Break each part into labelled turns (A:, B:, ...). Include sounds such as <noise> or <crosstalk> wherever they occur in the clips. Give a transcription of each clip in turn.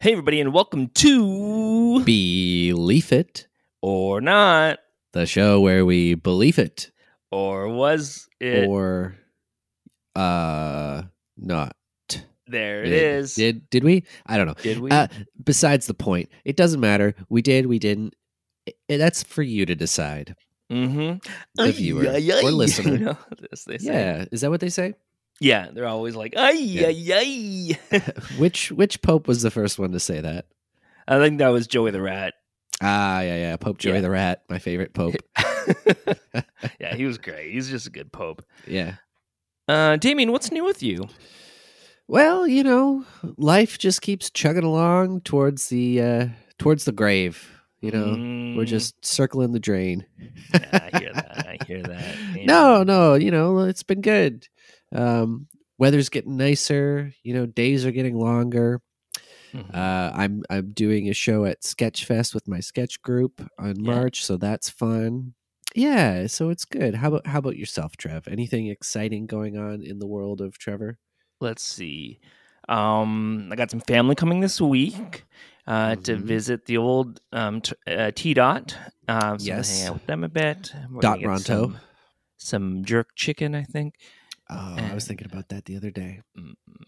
A: Hey, everybody, and welcome to
B: Believe It
A: or Not,
B: the show where we believe it
A: or was it?
B: or uh not.
A: there it is.
B: Did did we? I don't know.
A: Did we?
B: Uh, besides the point, it doesn't matter. We did. We didn't. I- I- that's for you to decide.
A: mm-hmm.
B: The viewer
A: <laughs>
B: or
A: You
B: listener.
A: know, as they say.
B: Yeah, is that what they say?
A: Yeah, they're always like, ay, ay, ay. <laughs>
B: Which which pope was the first one to say that?
A: I think that was Joey
B: <laughs>
A: the Rat.
B: Ah, yeah, yeah. Pope Joey
A: Yeah.
B: the Rat, my favorite
A: <laughs>
B: pope.
A: yeah, he was great. He's just a good pope.
B: yeah.
A: Uh, Damien, what's new with you?
B: Well, you know, life just keeps chugging along towards the uh towards the grave. You know, we're
A: Mm,
B: just circling the drain.
A: yeah, I hear that. I
B: <laughs>
A: hear that. Yeah.
B: No, no, you know, it's been good. Um, weather's getting nicer, you know, days are getting longer.
A: Mhm.
B: Uh, I'm I'm doing a show at Sketchfest with my sketch group on
A: Yeah.
B: March, so that's fun. Yeah, so it's good. How about how about yourself, Trev? Anything exciting going on in the world of Trevor?
A: Let's see. Um, I got some family coming this week uh, to
B: Mhm.
A: visit the old um, t- uh, T Dot. Uh, so I'm gonna
B: Yes.
A: hang out with them a bit. We're
B: Dot
A: gonna get
B: Ronto.
A: Some, some jerk chicken, I think.
B: Oh, I was thinking about that the other day.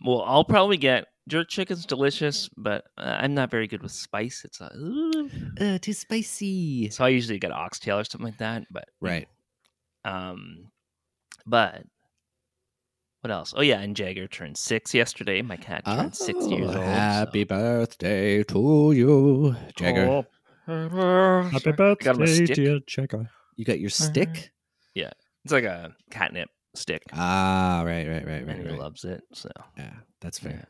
A: Well, I'll probably get jerk chicken's delicious, but uh, I'm not very good with spice. It's a,
B: Uh, too spicy.
A: so I usually get oxtail or something like that. But
B: Right.
A: Um, but what else? Oh yeah, and Jagger turned six yesterday. My cat turned six
B: Oh,
A: years old.
B: Happy birthday to you, Jagger.
A: Happy birthday, got him a stick.
B: You got your stick?
A: It's like a catnip stick,
B: Ah, right, right, right, right.
A: and he
B: right.
A: loves it. So,
B: Yeah, that's fair.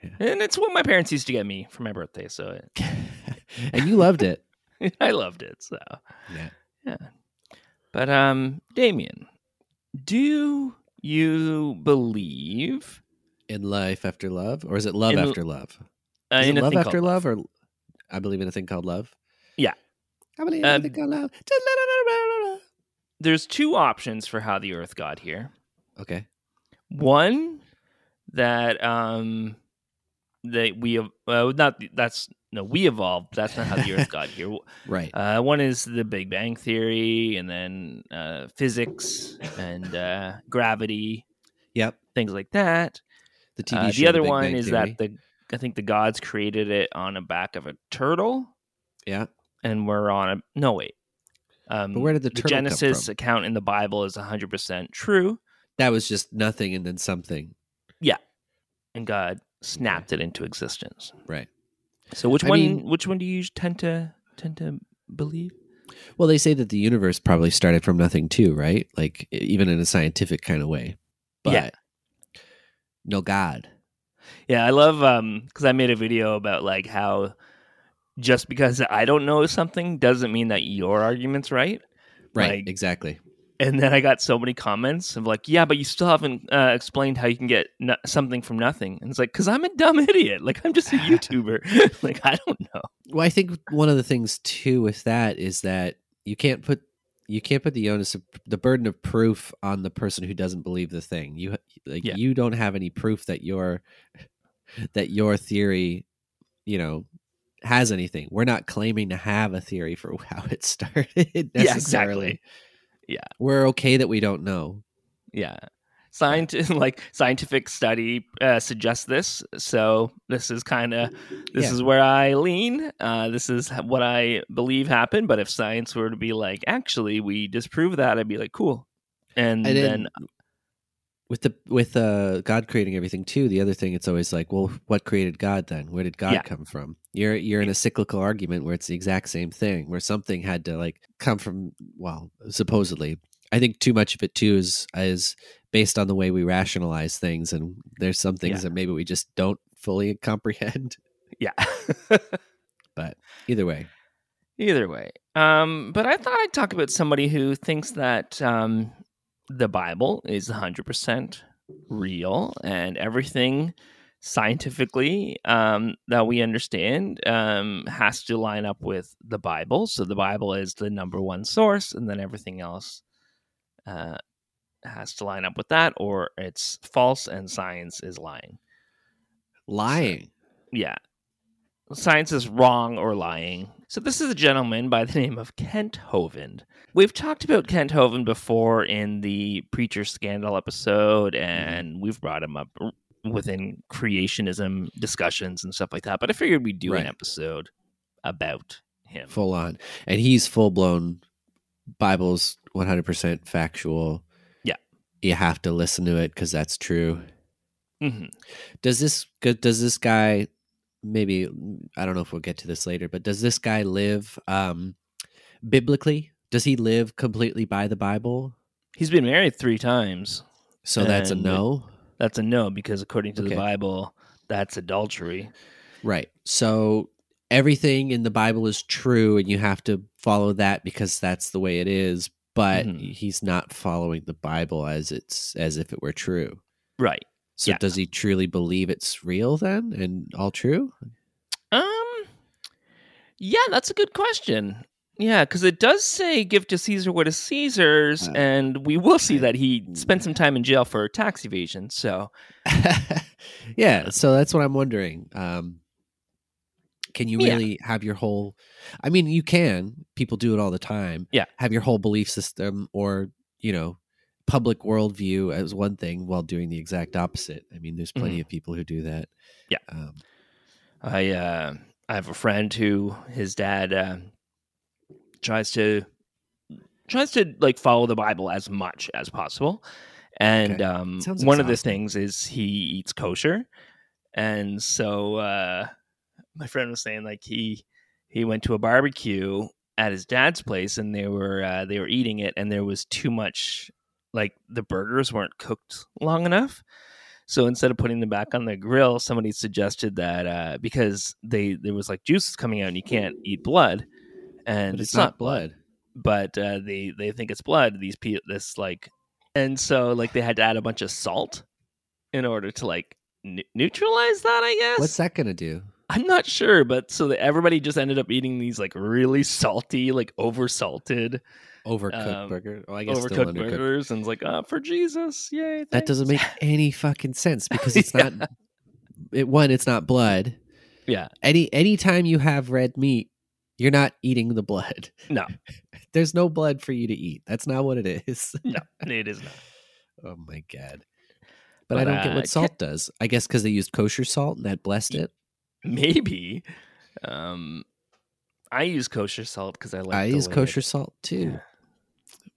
A: and it's what my parents used to get me for my birthday. So
B: <laughs> and you loved it.
A: it, <laughs> I loved it. So
B: Yeah.
A: yeah. But um, Damien, do you believe
B: In life after love, or is it love
A: In l-
B: after love?
A: uh,
B: Is it
A: a
B: love
A: thing
B: after
A: called-
B: love, or I believe in a thing called love.
A: Yeah.
B: I believe
A: Um,
B: in a thing called love.
A: There's two options for how the Earth got here.
B: Okay.
A: one that um that we ev- uh, not that's no we evolved that's not how the earth got
B: <laughs>
A: here
B: Right.
A: uh one is the big bang theory and then uh physics and uh gravity
B: yep.
A: things like that
B: The TV
A: uh,
B: show.
A: the other
B: Big
A: one
B: Bang
A: is
B: Theory.
A: that the i think the gods created it on the back of a turtle
B: yeah.
A: and we're on a no wait um
B: But where did the
A: the
B: turtle come
A: genesis
B: from?
A: account in the bible is 100% true
B: That was just nothing and then something.
A: and god snapped it into existence
B: Right.
A: So which
B: I
A: one?
B: mean-
A: which one do you tend to tend to believe?
B: Well, they say that the universe probably started from nothing too, right? Like e- even in a scientific kind of way. But
A: Yeah.
B: no God.
A: Yeah, I love um because I made a video about like how just because I don't know something doesn't mean that your argument's right.
B: Right.
A: Like-
B: exactly.
A: And then I got so many comments of like, yeah, but you still haven't uh, explained how you can get no- something from nothing. And it's like, because I'm a dumb <laughs> idiot. Like
B: <laughs>
A: I'm just a YouTuber. <laughs> like I don't know.
B: Well, I think one of the things too with that is that you can't put you can't put the onus of the burden of proof on the person who doesn't believe the thing. You like
A: Yeah.
B: you don't have any proof that your that your theory, you know, has anything. We're not claiming to have a theory for <laughs> how it started necessarily.
A: Yeah, exactly.
B: We're okay that we don't know.
A: Yeah. Scientific, <laughs> like scientific study uh, suggests this, so this is kind of this
B: Yeah.
A: is where I lean. Uh, this is h- what I believe happened. But if science were to be like, actually, we disprove that, I'd be like, cool. And,
B: And
A: then, uh,
B: with the with uh God creating everything too, the other thing it's always like, well, what created God then? Where did God
A: Yeah.
B: come from? You're you're in a cyclical argument where it's the exact same thing, where something had to like come from well, supposedly. I think too much of it too is is based on the way we rationalize things and there's some things
A: Yeah.
B: that maybe we just don't fully <laughs> comprehend.
A: Yeah. <laughs>
B: But either way,
A: Either way. Um, but I thought I'd talk about somebody who thinks that um, the Bible is 100% real and everything scientifically um, that we understand um, has to line up with the Bible. So the Bible is the number one source, and then everything else uh, has to line up with that, or it's false and science is lying.
B: lying.
A: Yeah. Science is wrong or lying. So, this is a gentleman by the <laughs> name of Kent Hovind. We've talked about Kent Hovind before in the Preacher Scandal episode,
B: Mm-hmm.
A: and we've brought him up within creationism discussions and stuff like that. But I figured we'd do
B: Right.
A: an episode about him.
B: full on and he's full blown bible's 100% factual
A: Yeah.
B: you have to listen to it because that's true
A: Mhm.
B: does this good does this guy maybe i don't know if we'll get to this later but does this guy live um biblically does he live completely by the bible
A: He's been married three times.
B: so that's a
A: And-
B: no
A: That's a no, because according to
B: Okay.
A: the Bible, that's adultery.
B: right so everything in the bible is true and you have to follow that because that's the way it is but
A: Mhm.
B: he's not following the bible as it's as if it were true
A: Right.
B: So
A: Yeah.
B: does he truly believe it's real then and all true?
A: Um, yeah, that's a good question. Yeah, because it does say give to Caesar what is Caesar's,
B: Uh,
A: and we will see
B: I-
A: that he spent some time in jail for tax evasion. So,
B: <laughs> yeah, so that's what I'm wondering. Um can you
A: Yeah.
B: really have your whole I mean you can, people do it all the time.
A: Yeah.
B: Have your whole belief system or, you know, public worldview as one thing while doing the exact opposite. I mean, there's plenty of people who do that.
A: Mm-hmm. Yeah.
B: Um,
A: I uh, I have a friend who his dad uh, tries to tries to like follow the Bible as much as possible, and
B: Okay.
A: um,
B: Sounds
A: one of the
B: exhausting.
A: things is he eats kosher, and so uh, my friend was saying like he he went to a barbecue at his dad's place and they were uh, they were eating it and there was too much like the burgers weren't cooked long enough so instead of putting them back on the grill somebody suggested that uh, because they there was like juices coming out and you can't eat blood and
B: but it's, not, blood.
A: but uh, they they think it's blood. These pe- this like, and so like they had to add a bunch of salt in order to like n- neutralize that. I guess
B: What's that going to do?
A: I'm not sure, but so that everybody just ended up eating these like really salty, like over salted,
B: Overcooked
A: Um,
B: burger? Oh, I guess still
A: overcooked
B: undercooked.
A: burgers, and it's like ah for Jesus, yay!
B: That
A: thanks."
B: doesn't make any fucking sense because it's not it one, it's not blood.
A: Yeah.
B: Any anytime you have red meat, you're not eating the blood.
A: No.
B: <laughs> There's no blood for you to eat. That's not what it is. <laughs>
A: no, <laughs> it is not.
B: Oh my god. But, I
A: But,
B: don't get
A: uh,
B: what
A: ca-
B: salt does. I guess because they used kosher salt and that blessed it.
A: Maybe, um, I use kosher salt because I like.
B: I
A: the
B: use
A: way it-
B: kosher salt too.
A: Yeah.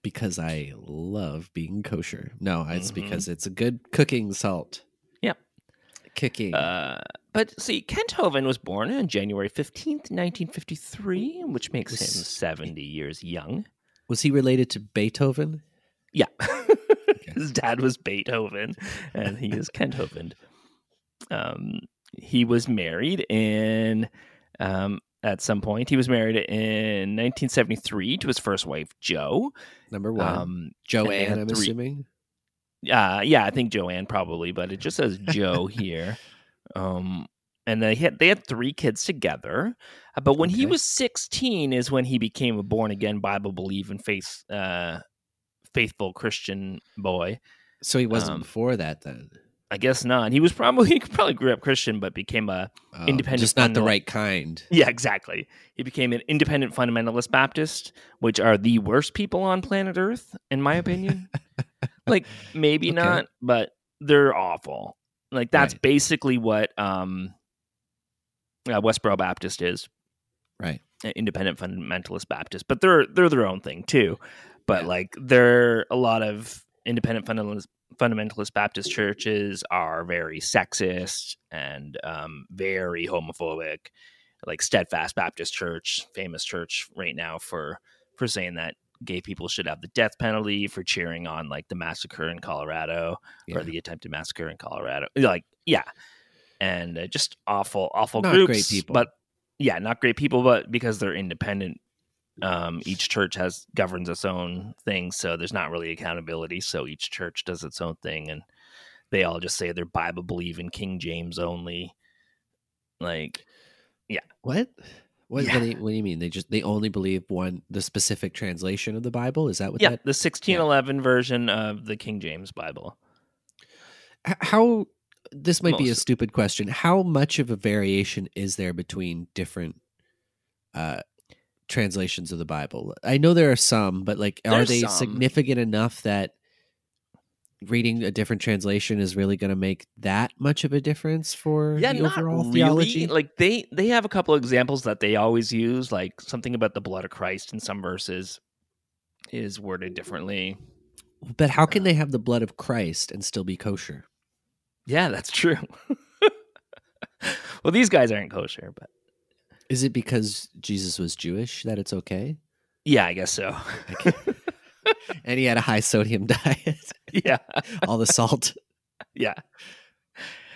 B: Because I love being kosher. No, it's
A: Mhm.
B: because it's a good cooking salt.
A: Yep.
B: Cooking.
A: Uh, but see, Kent Hovind was born on January 15th, 1953, which makes him
B: Was-
A: 70 years young.
B: Was he related to Beethoven?
A: Yeah. <laughs> His dad was Beethoven, and he is Kent Hovind. Um, he was married in, um, at some point, he was married in 1973 to his first wife, Jo.
B: Number one.
A: Um, they
B: Joanne,
A: had
B: I'm
A: three-
B: assuming.
A: uh, yeah, I think Joanne probably, but it just says Joe here. Um, and they had they had three kids together, Uh, but when he
B: Okay.
A: was sixteen is when he became a born again Bible believing faith uh, faithful Christian boy.
B: So he wasn't
A: um,
B: before that then.
A: I guess not. He was probably <laughs> he probably grew up Christian, but became a
B: Oh,
A: independent
B: Just not the
A: fundamental-
B: right kind.
A: yeah exactly. He became an independent fundamentalist Baptist, which are the worst people on planet Earth, in my opinion.
B: <laughs>
A: like maybe
B: Okay.
A: not, but they're awful. Like that's
B: Right.
A: basically what um uh, Westboro Baptist is,
B: Right.
A: an independent fundamentalist Baptist, but they're they're their own thing too. But
B: Yeah.
A: like they're a lot of independent fundamentalist fundamentalist Baptist churches are very sexist and um very homophobic. Like Steadfast Baptist Church, famous church right now for for saying that gay people should have the death penalty for cheering on like the massacre in Colorado
B: Yeah.
A: or the attempted massacre in Colorado. Like, yeah. and uh, just awful, awful
B: Not
A: groups.
B: great people.
A: But yeah, not great people. But because they're independent, um, each church has governs its own thing, so there's not really accountability. So each church does its own thing, and they all just say they're Bible believing, King James only. Like
B: What? What,
A: Yeah.
B: what, do you, what do you mean? They just they only believe one the specific translation of the Bible. Is that what
A: yeah,
B: that
A: the 1611 version of the King James Bible.
B: h- how this might be a
A: Most-
B: stupid question how much of a variation is there between different uh translations of the bible i know there are some but like are
A: There's
B: they
A: some.
B: significant enough that reading a different translation is really going to make that much of a difference for the overall theology
A: Like they they have a couple examples that they always use, like something about the blood of Christ in some verses is worded differently.
B: but how can they have the blood of christ and still be kosher
A: Yeah, that's true. <laughs> well, these guys aren't kosher, but
B: is it because jesus was jewish that it's okay
A: yeah, I guess so. <laughs>
B: and he had a high sodium <laughs> diet
A: yeah,
B: all the salt
A: yeah.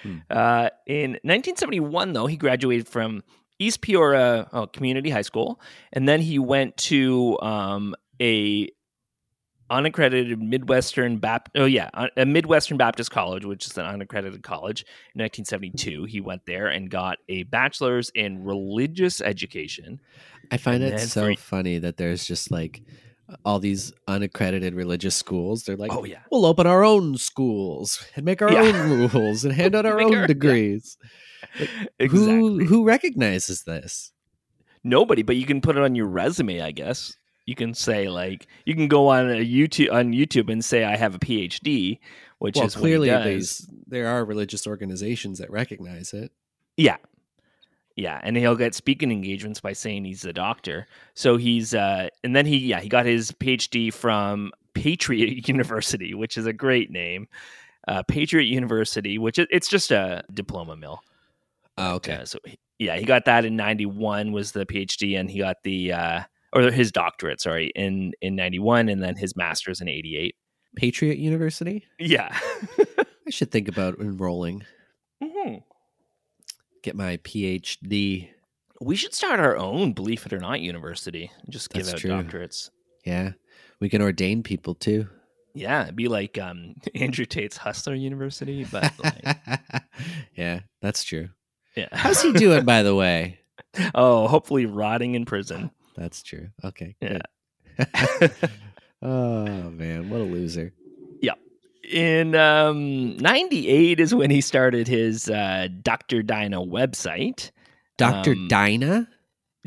B: Hmm.
A: Uh, in 1971, though, he graduated from East Peoria oh, Community High School, and then he went to um, a unaccredited Midwestern Baptist. Oh yeah, a- a Midwestern Baptist college, which is an unaccredited college. In 1972, he went there and got a bachelor's in religious education.
B: I find
A: <laughs> And
B: it
A: then
B: so
A: for-
B: funny that there's just like all these unaccredited religious schools. They're like,
A: Oh, yeah.
B: we'll open our own schools and make our
A: Yeah.
B: own rules and
A: <laughs>
B: hand out our
A: Make
B: own
A: our- yeah.
B: degrees. Who
A: Exactly.
B: who recognizes this?
A: Nobody, but you can put it on your resume, I guess. You can say like you can go on a YouTube on YouTube and say I have a PhD, which
B: well,
A: is
B: clearly
A: what he does.
B: there's there are religious organizations that recognize it.
A: Yeah. Yeah, and he'll get speaking engagements by saying he's a doctor. So he's uh and then he yeah, he got his PhD from Patriot <laughs> University, which is a great name. Uh Patriot University, which it, it's just a diploma mill.
B: Oh, okay.
A: Uh, so he- yeah, he got that in 91 was the PhD and he got the uh or his doctorate, sorry, in in 91 and then his masters in 88.
B: Patriot University? <laughs>
A: Yeah.
B: I should think about enrolling. Mm-hmm.
A: Mhm.
B: Get my PhD.
A: We should start our own believe it or not university. and Just give
B: That's
A: out
B: true.
A: doctorates.
B: Yeah. We can ordain people too.
A: Yeah, it'd be like um, <laughs> Andrew Tate's Hustler University, but
B: <laughs>
A: like,
B: yeah, that's true.
A: yeah.
B: How's he doing, by the way?
A: oh, hopefully rotting in prison.
B: That's true. Okay.
A: Yeah.
B: good. <laughs> oh man, what a loser.
A: In um, '98 is when he started his uh, Dr. Dino website.
B: Dr.
A: Um,
B: Dinah?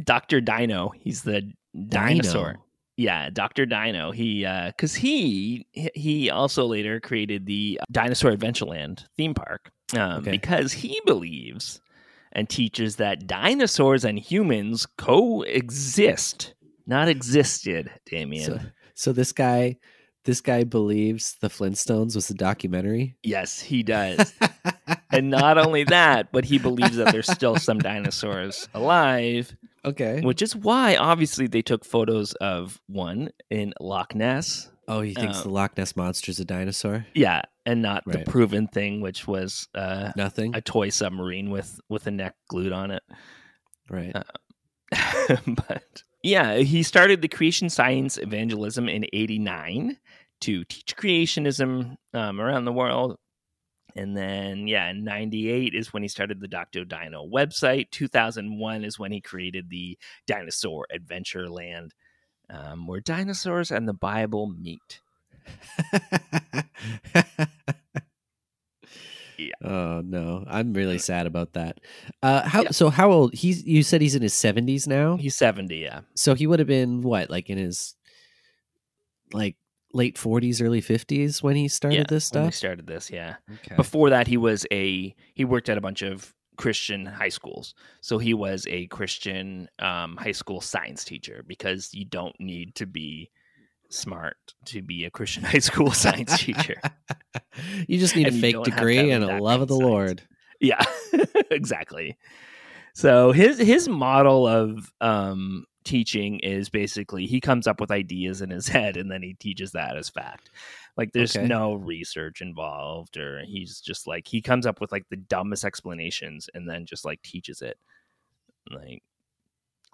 A: Dr. Dino, he's the dinosaur.
B: Dino.
A: Yeah, Dr. Dino. He because he he also later created the Dinosaur Adventureland theme park um,
B: Okay.
A: because he believes and teaches that dinosaurs and humans coexist, not existed. Damien.
B: So, so this guy this guy believes the Flintstones was the documentary. <laughs>
A: yes, he does. and not only that, but he believes that
B: <laughs>
A: there's still some dinosaurs alive
B: okay.
A: which is why obviously they took photos of one in Loch Ness.
B: Oh, he thinks
A: uh,
B: the Loch Ness monster's a dinosaur?
A: Yeah, and not
B: Right.
A: the proven thing, which was uh,
B: Nothing.
A: a toy submarine with with a neck glued on it. <laughs>
B: right.
A: uh, but yeah, he started the creation science evangelism in '89 to teach creationism um, around the world. And then, yeah, in 98 is when he started the Dr. Dino website. 2001 is when he created the Dinosaur Adventureland, um, where dinosaurs and the Bible meet. Yeah.
B: Oh no, I'm really sad about that. Uh, how so? How old? He's you said he's in his 70s now.
A: He's 70, yeah.
B: So he would have been what, like in his like late 40s, early 50s when he started
A: yeah
B: this
A: when we
B: stuff.
A: started this, yeah.
B: Okay.
A: <laughs> Before that, he was a he worked at a bunch of Christian high schools, so he was a Christian um, high school science teacher because you don't need to be smart to be a Christian <laughs> high
B: <laughs>
A: school science teacher.
B: you just need a
A: And you
B: fake
A: don't have to have
B: degree
A: a
B: and a love of the
A: background in
B: Lord.
A: <laughs> Yeah, exactly. So his his model of um, teaching is basically he comes up with ideas in his <laughs> head and then he teaches that as fact. Like there's
B: Okay.
A: no research involved, or he's just like he comes up with like the dumbest explanations and then just like teaches it. Like,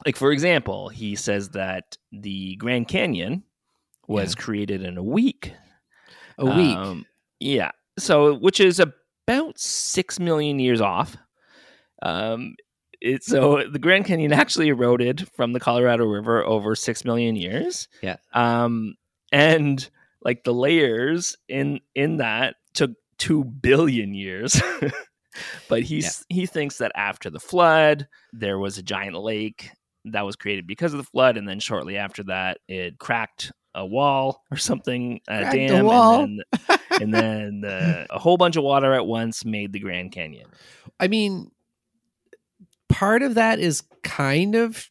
A: like for example, he says that the Grand Canyon was created in a week.
B: A week.
A: Um, yeah. So, which is about six million years off. Um, it, so the Grand Canyon actually eroded from the Colorado River over six million years.
B: Yeah.
A: Um, and like the layers in in that took two billion years. <laughs> but he's he thinks that after the flood, there was a giant lake that was created because of the flood, and then shortly after that, it cracked a wall or something, a
B: Cracked a
A: dam,
B: wall.
A: and then, and then uh, a whole bunch of water at once made the Grand Canyon.
B: I mean, part of that is kind of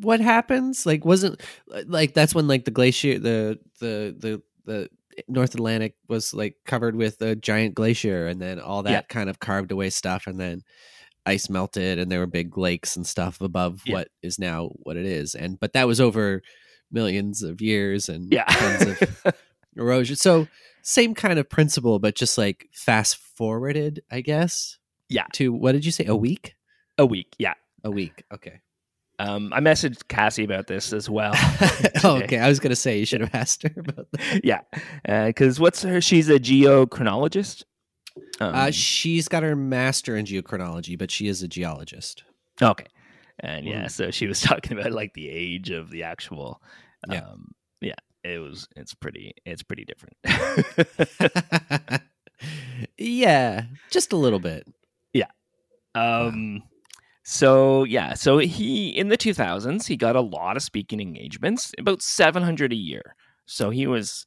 B: what happens. Like, wasn't like that's when like the glacier, the the the the North Atlantic was like covered with a giant glacier, and then all that
A: Yeah.
B: kind of carved away stuff, and then ice melted, and there were big lakes and stuff above
A: Yeah.
B: what is now what it is. And but that was over millions of years and
A: Yeah,
B: tons of
A: <laughs>
B: erosion. So same kind of principle, but just like fast forwarded, I guess.
A: Yeah.
B: To what did you say? A week?
A: a week. Yeah.
B: A week. Okay.
A: Um, I messaged Cassie about this as well. <laughs>
B: oh, <laughs> okay. I was gonna say you should have asked her about that.
A: yeah, because what's her? She's a geochronologist. Um,
B: Uh, she's got her master in geochronology, but she is a <laughs> geologist.
A: Okay. And yeah,
B: Mm-hmm.
A: so she was <laughs> talking about like the age of the actual
B: Yeah.
A: um yeah, it was it's pretty it's pretty different.
B: <laughs>
A: <laughs>
B: yeah, just a little bit.
A: um so yeah, so he in the 2000s he got a lot of speaking engagements, about 700 a year. So he was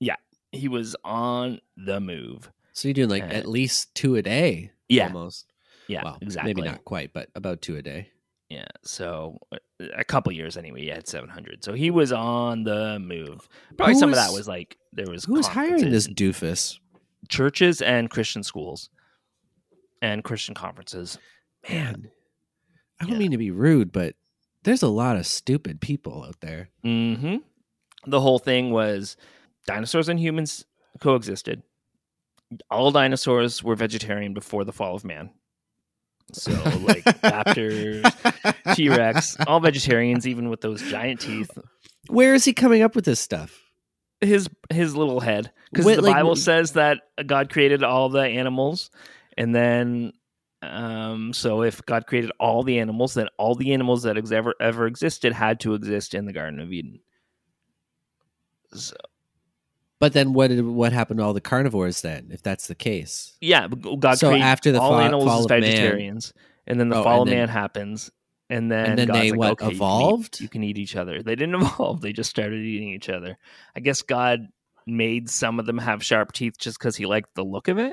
A: yeah, he was on the move.
B: So you're doing like
A: Uh,
B: at least two a day.
A: Yeah.
B: Almost.
A: Yeah,
B: well,
A: exactly.
B: Maybe not quite, but about two a day.
A: Yeah, so uh, a couple years anyway, he had 700. So he was on the move. Probably
B: Who
A: some of that
B: was-
A: was like there was
B: Who is hiring
A: conferences
B: this doofus?
A: churches and Christian schools and Christian conferences.
B: Man, I don't
A: Yeah.
B: mean to be rude, but there's a lot of stupid people out there.
A: hmm The whole thing was dinosaurs and humans coexisted. All dinosaurs were vegetarian before the fall of man. So, like raptors, T Rex, all vegetarians, even with those giant teeth.
B: Where is he coming up with this stuff?
A: His his little head, because
B: Wait,
A: the
B: like-
A: Bible says that God created all the animals, and then um so if god created all the animals then all the animals that ex- ever ever existed had to exist in the garden of eden so,
B: But then what did what happened to all the carnivores then, if that's the case?
A: yeah but g- god
B: So
A: created
B: after the
A: all
B: fa-
A: animals
B: fall
A: as
B: of man-
A: vegetarians and then the
B: Oh,
A: fall
B: and
A: of man
B: then-
A: happens and then,
B: and then
A: God's
B: they what
A: like, "Okay, you can eat-
B: evolved?
A: you can eat each other they didn't <laughs> evolve they just started eating each other i guess god made some of them have sharp teeth just because he liked the look of it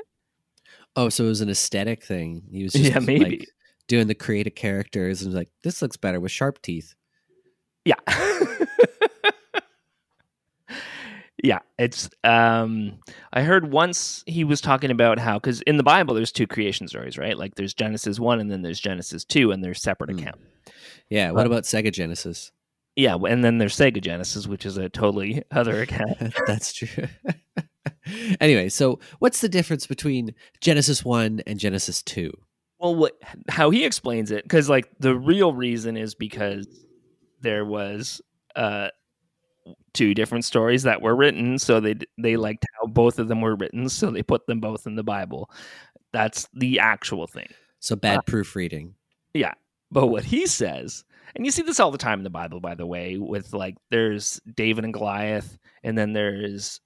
B: Oh, so it was an aesthetic thing. He was just
A: <laughs> Yeah, maybe.
B: like doing the creative characters and was like, this looks better with sharp teeth.
A: Yeah. yeah, it's um I heard once he was talking about how cuz in the Bible there's two creation stories, right? Like there's Genesis 1 and then there's Genesis 2 and they're separate
B: Mm.
A: accounts.
B: Yeah, what
A: Uh,
B: about Sega
A: <laughs>
B: Genesis?
A: Yeah, and then there's Sega Genesis, which is a totally <laughs> other account.
B: that's true. <laughs> anyway, so what's the difference between Genesis 1 and Genesis 2?
A: Well, what, how he explains it, because like the real reason is because there was uh, two different stories that were written, so they they liked how both of them were written, so they put them both in the Bible. That's the actual thing.
B: So bad
A: Uh,
B: proofreading.
A: But what he says, and you see this all the time in the Bible, by the way, with like there's David and Goliath, and then there's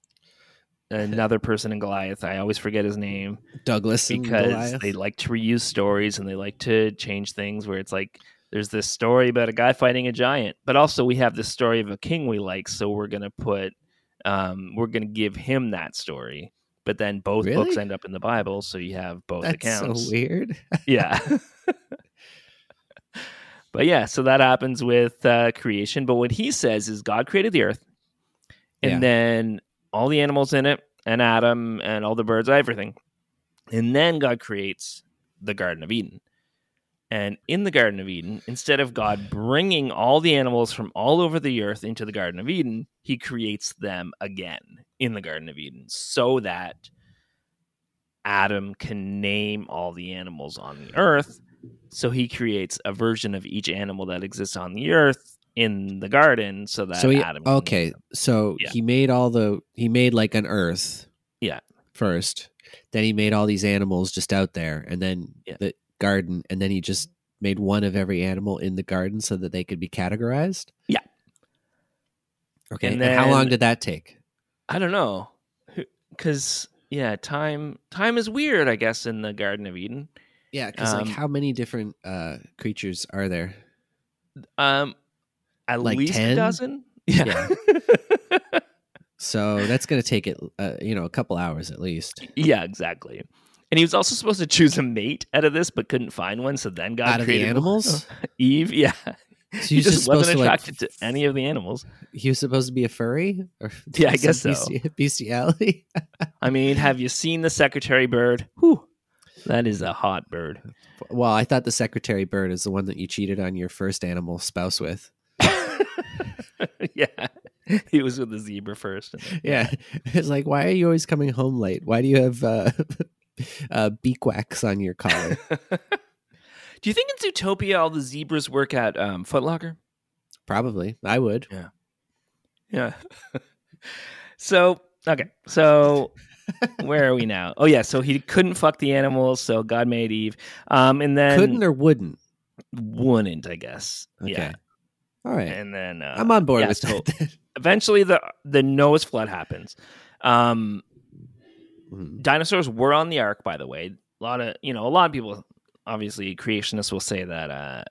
A: another person in Goliath. I always forget his name.
B: Douglas and
A: because
B: Goliath?
A: they like to reuse stories and they like to change things where it's like there's this story about a guy fighting a giant but also we have this story of a king we like so we're gonna put um, we're gonna give him that story but then both books
B: Really?
A: end up in the bible so you have both
B: That's
A: accounts
B: so weird.
A: <laughs> yeah but yeah so that happens with uh, creation but what he says is god created the earth and
B: Yeah.
A: then all the animals in it and adam and all the birds everything and then god creates the garden of eden And in the Garden of Eden, instead of God bringing all the animals from all over the earth into the Garden of Eden, he creates them again in the Garden of Eden so that Adam can name all the animals on the earth. So he creates a version of each animal that exists on the earth in the garden so that
B: so he
A: Adam. can name
B: okay.
A: them.
B: So
A: Yeah.
B: he made all the he made like an Earth.
A: Yeah.
B: First, then he made all these animals just out there, and then
A: Yeah.
B: the garden, and then he just made one of every animal in the garden so that they could be categorized.
A: Yeah.
B: Okay.
A: And
B: And, how long
A: then-
B: did that take?
A: I don't know, because yeah, time time is weird, I guess, in the Garden of Eden.
B: Yeah, because
A: Um,
B: like how many different uh creatures are there?
A: Um, at
B: Like
A: least
B: 10?
A: a dozen. Yeah, <laughs> yeah,
B: So that's gonna take it, uh, you know, a couple hours at least.
A: exactly. And he was also supposed to choose a mate out of this, but couldn't find one. So then God
B: out of the
A: created <laughs>
B: animals,
A: Eve. Yeah,
B: so
A: he
B: he's
A: just,
B: supposed
A: wasn't
B: to like
A: attracted to any of the animals.
B: he was supposed to be a furry or <laughs>
A: Yeah, I guess
B: some
A: so.
B: besti- <laughs> bestiality
A: I <laughs> mean, have you seen the secretary bird? Whew, that is a hot bird. <laughs>
B: well i thought the secretary bird is the one that you cheated on your first animal spouse with
A: yeah, he was with the zebra first.
B: yeah <laughs> it's like why are you always coming home late why do you have uh, <laughs> uh beak wax on your <laughs> collar
A: Do you think in Zootopia all the zebras work at um, Foot Locker?
B: probably i would
A: Yeah. so okay, so where are we now? Oh yeah, so he couldn't fuck the animals, so God made Eve, um, and then
B: couldn't or wouldn't
A: wouldn't, I guess.
B: okay
A: Yeah,
B: all right
A: and then uh,
B: i'm on board
A: yeah,
B: with
A: so-
B: that <laughs> then.
A: eventually the the Noah's flood happens. Um,
B: Mhm.
A: dinosaurs were on the ark, by the way. A lot of you know, a lot of people, obviously creationists, will say that uh,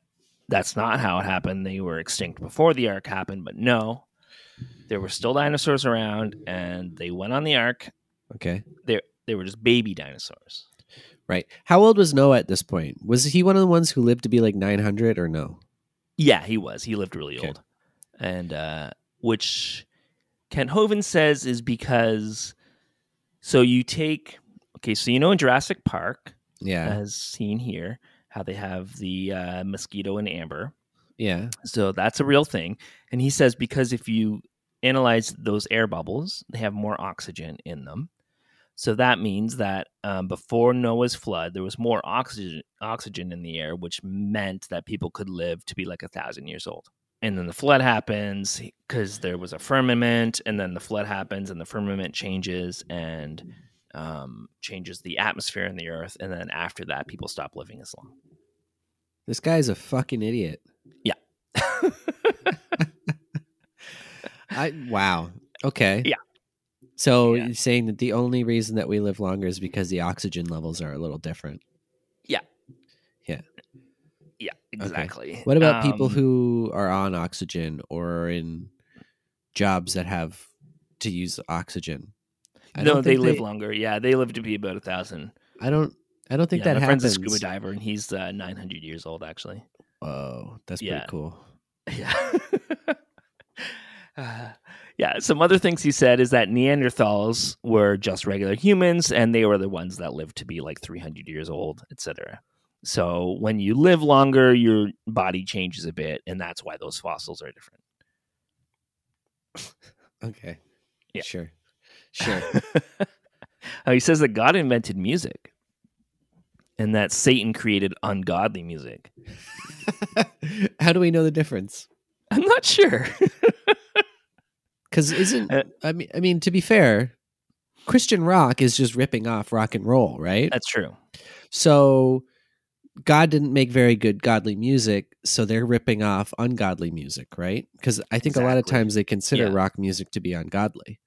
A: that's not how it happened. They were extinct before the ark happened, but no, there were still dinosaurs around, and they went on the ark.
B: okay
A: They they were just baby dinosaurs.
B: right how old was noah at this point was he one of the ones who lived to be like 900 or no
A: Yeah, he was. He lived really
B: Okay.
A: old, and uh, which Kent Hovind says is because so you take okay, so you know in Jurassic Park,
B: yeah
A: as seen here, how they have the uh, mosquito and amber.
B: yeah
A: So that's a real thing, and he says because if you analyze those air bubbles, they have more oxygen in them. So that means that um, before Noah's flood, there was more oxygen oxygen in the air, which meant that people could live to be like a thousand years old. And then the flood happens because there was a firmament, and then the flood happens, and the firmament changes and um, changes the atmosphere in the earth. And then after that, people stop living as long.
B: this guy's a fucking idiot <laughs> I wow. Okay.
A: Yeah.
B: So
A: Yeah.
B: you're saying that the only reason that we live longer is because the oxygen levels are a little different.
A: yeah, exactly.
B: What about people
A: Um,
B: who are on oxygen or are in jobs that have to use oxygen?
A: no, they
B: think
A: live longer. Yeah, they live to be about a thousand.
B: I don't. I don't think
A: yeah,
B: that
A: my
B: happens.
A: friend's a scuba diver, and he's uh, nine hundred years old, actually.
B: Oh, that's
A: Yeah.
B: pretty cool.
A: Yeah. <laughs> Uh, yeah. Some other things he said is that Neanderthals were just regular humans and they were the ones that lived to be like 300 years old, etc. So when you live longer, your body changes a bit, and that's why those fossils are different.
B: Okay.
A: Yeah. <laughs>
B: Sure. Sure. <laughs>
A: Uh, he says that God invented music and that Satan created ungodly music.
B: How do we know the difference?
A: I'm not sure.
B: Because isn't
A: Uh,
B: I mean I mean to be fair, Christian rock is just ripping off rock and roll, right?
A: that's true.
B: So God didn't make very good godly music, so they're ripping off ungodly music, right? Because I think a lot of
A: Exactly.
B: times they consider
A: Yeah.
B: rock music to be ungodly.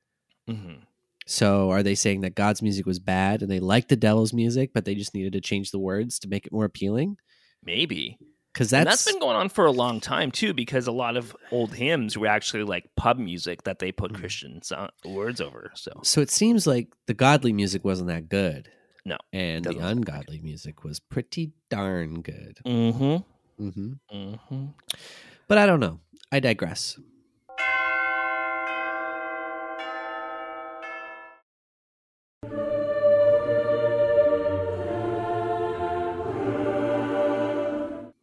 A: hmm
B: So are they saying that God's music was bad and they liked the devil's music, but they just needed to change the words to make it more appealing?
A: Maybe.
B: Because
A: And
B: that's,
A: that's been going on for a long time too, because a lot of old hymns were actually like pub music that they put Christian so- words over. So
B: so it seems like the godly music wasn't that good.
A: No,
B: and the
A: doesn't sound like it.
B: ungodly music was pretty darn good.
A: mm-hmm.
B: hmm
A: Mm-hmm.
B: But I don't know. I digress.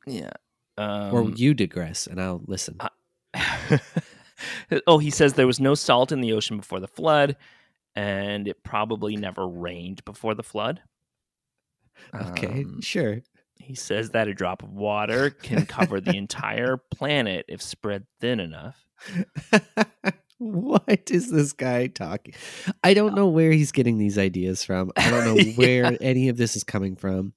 A: Yeah. Um,
B: or you digress, and I'll listen.
A: <laughs> oh, he says there was no salt in the ocean before the flood, and it probably never rained before the flood.
B: okay,
A: Um,
B: sure. <laughs>
A: He says that a drop of water can cover <laughs> the entire planet if spread thin enough.
B: what is this guy talking? I don't know where he's getting these ideas from. I don't know
A: Oh. <laughs> Yeah.
B: where any of this is coming from.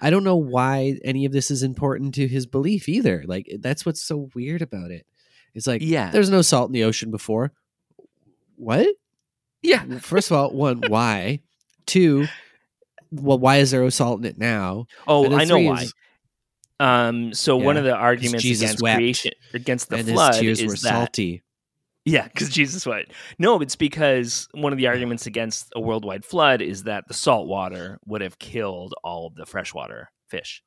B: I don't know why any of this is important to his belief either. Like that's what's so weird about it. It's like
A: Yeah.
B: there's no salt in the ocean before. What?
A: Yeah.
B: First of all, one, why? Two, well, why is there no salt in it now?
A: Oh,
B: And then
A: I know
B: three
A: why.
B: is-
A: Um, so one
B: Yeah.
A: of the arguments
B: Jesus
A: against
B: wept,
A: creation, against the
B: and
A: flood,
B: his tears
A: is
B: were
A: that
B: salty.
A: <laughs> Yeah, because Jesus what? No, it's because one of the arguments against a worldwide flood is that the salt water would have killed all of the freshwater fish.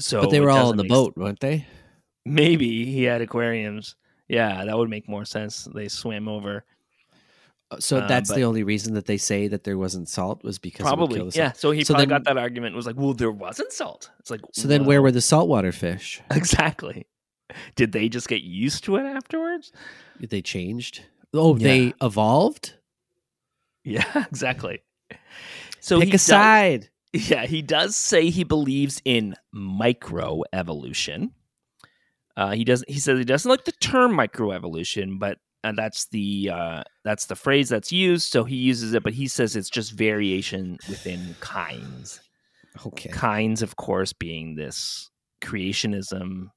A: So,
B: but they were
A: it
B: all
A: doesn't
B: in the
A: make s-
B: boat, weren't they?
A: Maybe he had aquariums. Yeah, that would make more sense. They swam over.
B: So
A: Uh,
B: that's
A: but-
B: the only reason that they say that there wasn't salt was because it would
A: probably.
B: kill the
A: Yeah.
B: salt.
A: So he
B: So
A: probably
B: then-
A: got that argument and was like, well, there wasn't salt. It's like,
B: So then, where were the saltwater fish?
A: <laughs> Exactly. Did they just get used to it afterwards?
B: They changed. Oh, they evolved.
A: Yeah, <laughs> exactly. So
B: Pick
A: he
B: a
A: does-
B: side.
A: <laughs> Yeah, he does say he believes in microevolution. Uh, he doesn't. He says he doesn't like the term microevolution, but uh, that's the uh, that's the phrase that's used. So he uses it, but he says it's just variation within kinds.
B: Okay.
A: Kinds, of course, being this creationism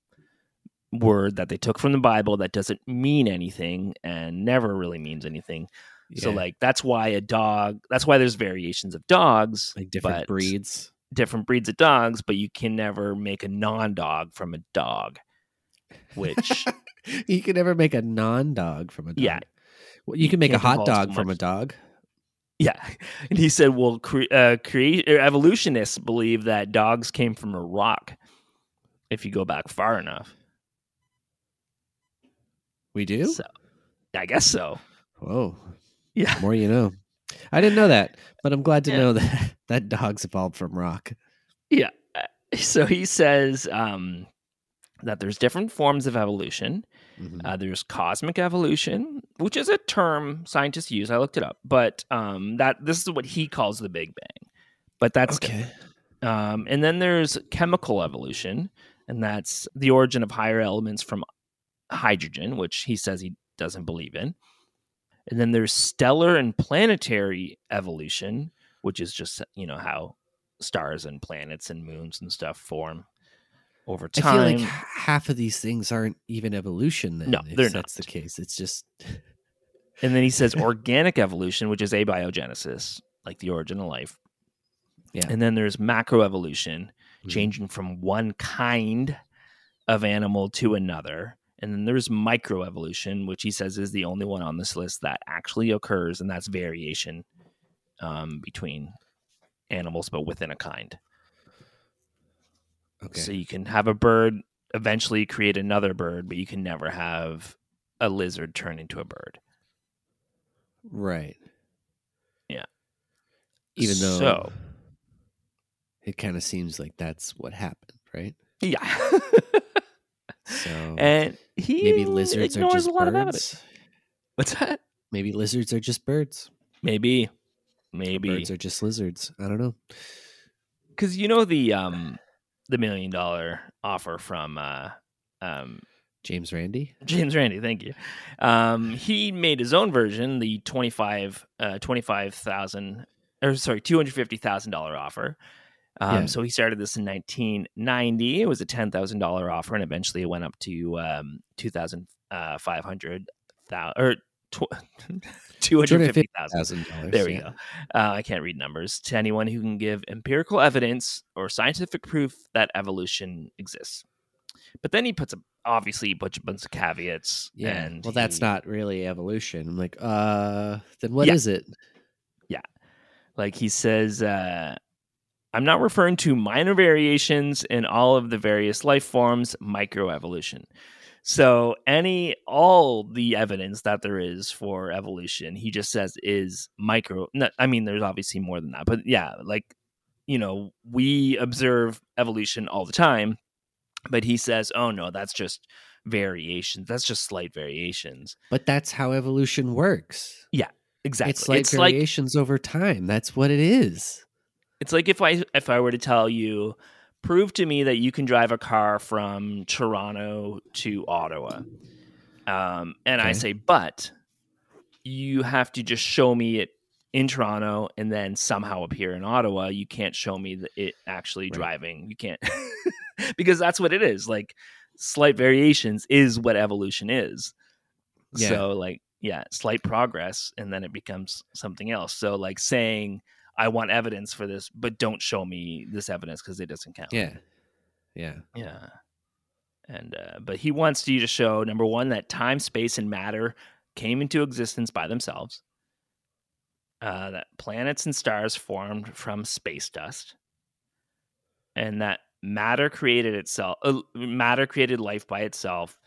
A: word that they took from the Bible that doesn't mean anything and never really means anything. So,
B: Yeah.
A: like, that's why a dog. That's why there's variations of dogs,
B: like different
A: but-
B: breeds. <laughs>
A: different breeds of dogs, but you can never make a non dog from a dog. Which,
B: you can never make a non-dog from a dog.
A: Yeah.
B: Well, you,
A: You
B: can make a
A: can't
B: hot
A: evolve so
B: dog from a
A: much.
B: dog.
A: yeah. And he said, well, cre- uh, create- er, evolutionists believe that dogs came from a rock if you go back far enough.
B: We do.
A: So, I guess so. <laughs>
B: Whoa.
A: Yeah.
B: More you know. I didn't know that, but I'm glad to
A: Yeah.
B: know <laughs> that that dog's evolved from rock.
A: Yeah. So he says um, that there's different forms of evolution.
B: Mhm.
A: Uh, there's cosmic evolution, which is a term scientists use. I looked it up, but um, that this is what he calls the Big Bang. But that's
B: okay.
A: Um, and then there's chemical evolution, and that's the origin of higher elements from hydrogen, which he says he doesn't believe in. And then there's stellar and planetary evolution, which is just, you know, how stars and planets and moons and stuff form over
B: I
A: time.
B: feel like h- half of these things aren't even evolution. Then,
A: No,
B: if
A: they're
B: that's
A: not.
B: the case. It's just <laughs>
A: And then he says organic evolution, which is abiogenesis, like the origin of life.
B: Yeah.
A: And then there's macroevolution,
B: Mhm.
A: changing from one kind of animal to another. And then there's microevolution, which he says is the only one on this list that actually occurs, and that's variation um, between animals, but within a kind.
B: okay.
A: So you can have a bird eventually create another bird, but you can never have a lizard turn into a bird.
B: Right.
A: Yeah.
B: Even though
A: So-
B: it kind of seems like that's what happened, right? <laughs>
A: Yeah.
B: So
A: and he
B: maybe lizards are
A: ignores
B: just
A: a lot
B: birds.
A: of evidence. What's that?
B: Maybe lizards are just birds.
A: Maybe,
B: Or
A: maybe
B: Birds are just lizards. I don't know.
A: because you know the um the million dollar offer from uh um
B: James Randy.
A: <laughs> James Randy. Thank you. Um, he made his own version, the 25, uh, 25,000 or sorry, two hundred fifty thousand dollar offer. Um,
B: Yeah.
A: So he started this in 1990. It was a ten thousand dollar offer, and eventually it went up to um, two thousand uh, five hundred thousand or <laughs> two hundred fifty thousand.
B: dollars.
A: There we go. Uh, I can't read numbers. To anyone who can give empirical evidence or scientific proof that evolution exists. But then he puts a obviously he puts a bunch of caveats.
B: Yeah.
A: And
B: well, that's
A: he-
B: not really evolution. I'm like, uh, then what
A: Yeah.
B: is it?
A: like he says. Uh, I'm not referring to minor variations in all of the various life forms, microevolution. So any all the evidence that there is for evolution, he just says is micro. No, I mean, there's obviously more than that, but yeah, like you know, we observe evolution all the time, But he says, "Oh no, that's just variations. That's just slight variations."
B: But that's how evolution works.
A: Exactly.
B: It's like variations over time. That's what it is.
A: It's like if I if I were to tell you, prove to me that you can drive a car from Toronto to Ottawa, um, and I
B: Okay.
A: say, but you have to just show me it in Toronto and then somehow appear in Ottawa. You can't show me that it actually
B: Right.
A: driving. You can't <laughs> because that's what it is. Like slight variations is what evolution is.
B: Yeah.
A: So like yeah, slight progress and then it becomes something else. So like saying I want evidence for this, but don't show me this evidence because it doesn't count.
B: Yeah. Yeah.
A: Yeah. And uh, but he wants you to show number one that time, space, and matter came into existence by themselves. Uh, that planets and stars formed from space dust, and that matter created itself. Uh, matter created life by itself.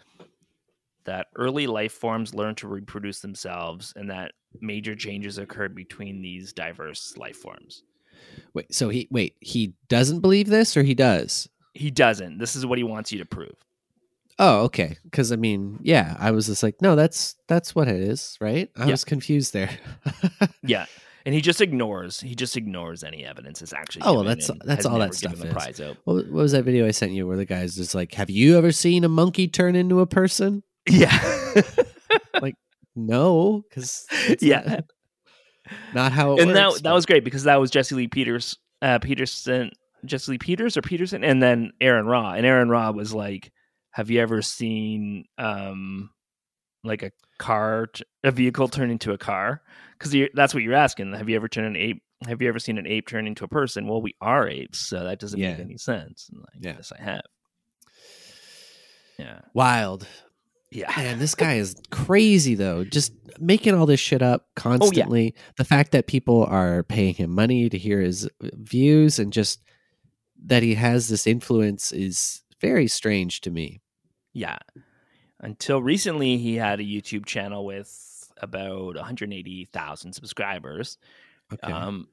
A: That early life forms learned to reproduce themselves, and that major changes occurred between these diverse life forms.
B: Wait, so he wait, he doesn't believe this or he does?
A: He doesn't. This is what he wants you
B: <laughs>
A: to prove.
B: Oh, okay. Cuz I mean, yeah, I was just like, no, that's that's what it is, right? I
A: Yeah.
B: was confused there. <laughs>
A: Yeah, and he just ignores. He just ignores any evidence. It's actually
B: Oh, well,
A: given
B: that's-
A: and
B: that's
A: has
B: all
A: never
B: that
A: given
B: stuff
A: The
B: is.
A: prize out.
B: what, what was that video I sent you where the guy's just like, "Have you ever seen a monkey turn into a person?"
A: <laughs> Yeah,
B: No, <laughs> cuz
A: yeah.
B: not how it
A: And
B: works.
A: that that was great because that was Jesse Lee Peters, uh, Peterson, Jesse Lee Peters or Peterson, and then Aaron Raw. And Aaron Raw was like, "Have you ever seen um, like a car, t- a vehicle turn into a car? Because that's what you're asking. Have you ever turned an ape? Have you ever seen an ape turn into a person? Well, we are apes, so that doesn't make
B: Yeah.
A: any sense. And like,
B: Yeah.
A: yes, I have. Yeah,
B: wild.
A: yeah.
B: Man, this guy is crazy though. Just making all this shit up constantly. The fact that people are paying him money to hear his views and just that he has this influence is very strange to me.
A: Yeah. Until recently, he had a YouTube channel with about 180,000 subscribers.
B: Okay.
A: Um,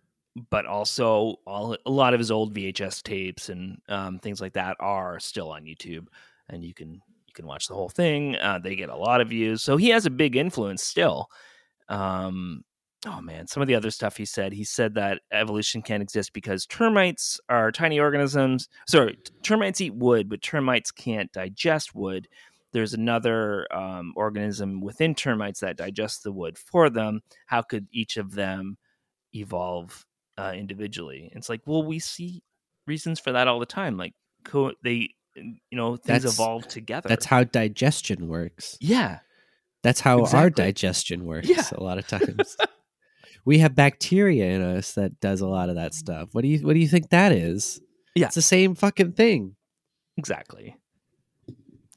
A: but also, all, a lot of his old VHS tapes and um, things like that are still on YouTube, and you can you can watch the whole thing. Uh, they get a lot of views, so he has a big influence still. Um, oh man, some of the other stuff he said. He said that evolution can't exist because termites are tiny organisms. Sorry, termites eat wood, but termites can't digest wood. There's another um, organism within termites that digests the wood for them. How could each of them evolve uh, individually? It's like, well, we see reasons for that all the time. Like, co- they, you know, things
B: That's-
A: evolve together.
B: That's how digestion works.
A: yeah,
B: That's how our
A: Exactly.
B: digestion works
A: Yeah.
B: a lot of times. we have bacteria in us that does a lot of that stuff. What do you what do you think that is?
A: Yeah.
B: It's the same fucking thing.
A: exactly.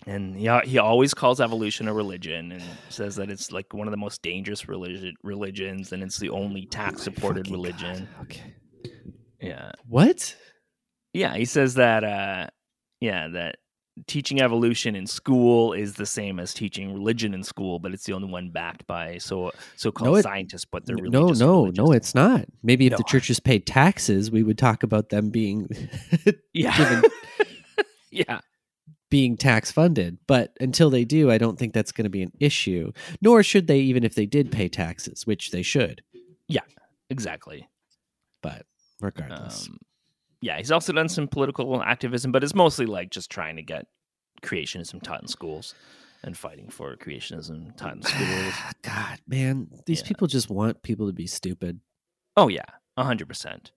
A: And he, al- he always calls evolution a religion and says that it's like one of the most dangerous religion, religions and it's the only tax supported
B: Fucking God.
A: religion.
B: Okay.
A: Yeah.
B: What?
A: Yeah, he says that uh yeah, that teaching evolution in school is the same as teaching religion in school, but it's the only one backed by so so called
B: No, it-
A: scientists, but they're
B: N-
A: really
B: no,
A: just
B: no, no.
A: religious.
B: It's not. Maybe if
A: No.
B: the churches paid taxes, we would talk about them being
A: <laughs>
B: <laughs>
A: yeah.
B: given-
A: yeah.
B: being tax funded. But until they do, I don't think that's going to be an issue. Nor should they, even if they did pay taxes, which they should.
A: <laughs> Exactly.
B: But regardless,
A: Um, yeah, he's also done some political activism, but it's mostly like just trying to get creationism taught in schools and fighting for creationism taught in schools.
B: <sighs> God, man, these
A: Um, Yeah.
B: people just want people to be stupid.
A: oh yeah, hundred percent.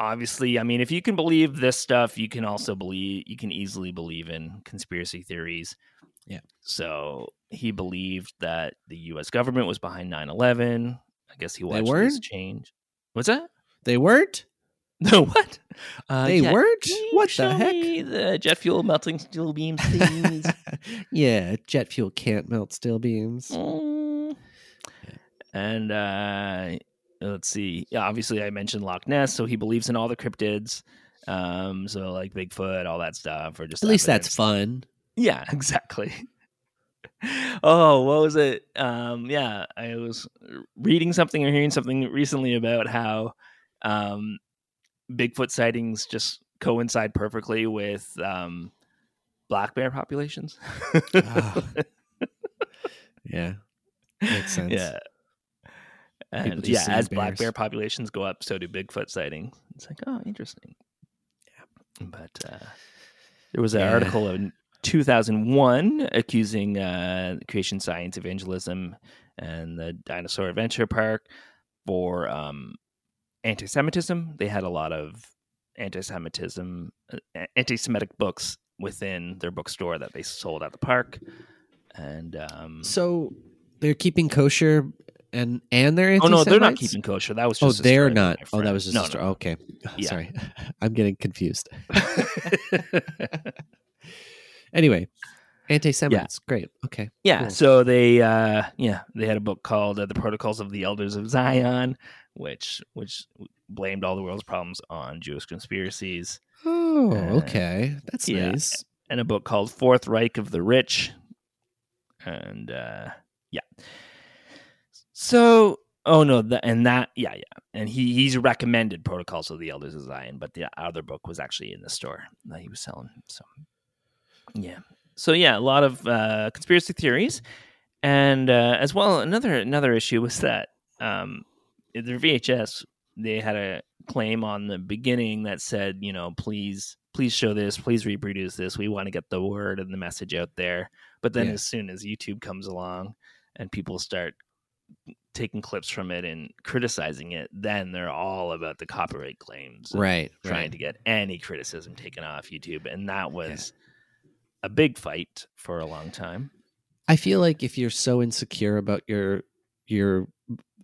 A: Obviously, I mean, if you can believe this stuff, you can also believe you can easily believe in conspiracy theories.
B: Yeah.
A: So he believed that the U.S. government was behind 9-11. I guess he watched this
B: weren't?
A: change. What's that? <laughs>
B: They weren't.
A: No, what? Uh,
B: They weren't?
A: Can you
B: What the
A: show
B: heck?
A: me the jet fuel melting
B: <laughs>
A: steel beams, please.
B: yeah, jet fuel can't melt steel beams.
A: Mm. and uh, let's see. Yeah, obviously, I mentioned Loch Ness, so he believes in all the cryptids. Um, so like Bigfoot, all that stuff, or just
B: At least that's
A: evidence. <laughs>
B: fun.
A: Yeah, exactly. Oh, what was it? Um, yeah, I was reading something or hearing something recently about how um, Bigfoot sightings just coincide perfectly with um, black bear populations. <laughs>
B: Ah. yeah,
A: <laughs>
B: makes sense.
A: yeah. And
B: just
A: yeah,
B: seeing
A: as black
B: bears.
A: bear populations go up, so do Bigfoot sightings. It's like, oh, interesting. Yeah. But uh, there was an
B: Yeah.
A: article in 2001 accusing uh, creation science evangelism and the Dinosaur Adventure Park for um, anti Semitism. They had a lot of anti Semitism, uh, anti Semitic books within their bookstore that they sold at the park. And um,
B: So they're keeping kosher and and they're
A: Oh no, they're not
B: anti-Semites?
A: keeping kosher. That was
B: Oh,
A: just a
B: they're
A: story by
B: not.
A: my
B: Oh, that
A: friend.
B: was just
A: no,
B: a
A: no.
B: story. Okay, <laughs>
A: Yeah.
B: sorry, I'm getting
A: <laughs>
B: confused. <laughs> anyway, anti-Semites. Great. Okay.
A: yeah.
B: Cool.
A: So they, uh, yeah, they had a book called uh, "The Protocols of the Elders of Zion," which which blamed all the world's problems on Jewish conspiracies,
B: Oh,
A: Uh,
B: okay. That's
A: yeah.
B: nice.
A: and a book called "Fourth Reich of the Rich," and uh, yeah. So, oh no, the, and that, yeah, yeah, and he he's recommended "Protocols of the Elders of Zion," but the other book was actually in the store that he was selling. So, yeah, so yeah, a lot of uh, conspiracy theories, and uh, as well another another issue was that um, their VHS they had a claim on the beginning that said, you know, please please show this, please reproduce this. We want to get the word and the message out there. But then
B: Yeah.
A: as soon as YouTube comes along and people start taking clips from it and criticizing it, then they're all about the copyright claims and
B: Right.
A: trying
B: right.
A: to get any criticism taken off YouTube. And that was a big fight for a long time.
B: I feel like if you're so insecure about your your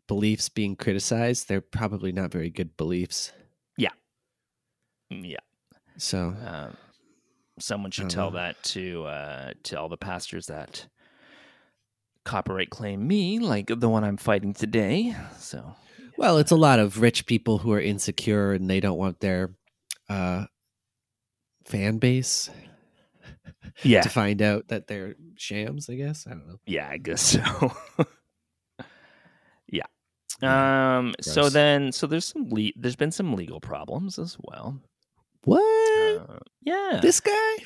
B: beliefs being criticized, they're probably not very good beliefs.
A: Yeah.
B: So
A: Mm, Um, someone should
B: Oh.
A: tell that to uh, to all the pastors that copyright claim me, like the one I'm fighting today. So
B: Well, it's a lot of rich people who are insecure and they don't want their uh, fan base
A: yeah,
B: to find out that they're shams. I guess I don't know.
A: <laughs> yeah, I guess so. <laughs> yeah. Um. So
B: Gross.
A: then, so there's some le- there's been some legal problems as well.
B: What
A: Uh, yeah.
B: this guy?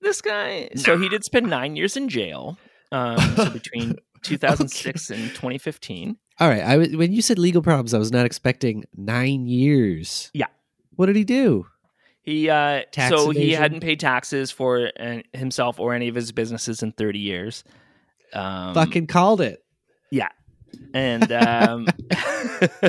A: this guy. So he did spend nine years in jail. Um.
B: <laughs>
A: So between 2006 and 2015.
B: All right, I was, when you said legal problems, I was not expecting nine years.
A: Yeah.
B: What did he do?
A: He uh,
B: Tax
A: so he
B: evasion?
A: hadn't paid taxes for uh, himself or any of his businesses in thirty years. Um,
B: Fucking called it.
A: and
B: <laughs>
A: um, <laughs>
B: It's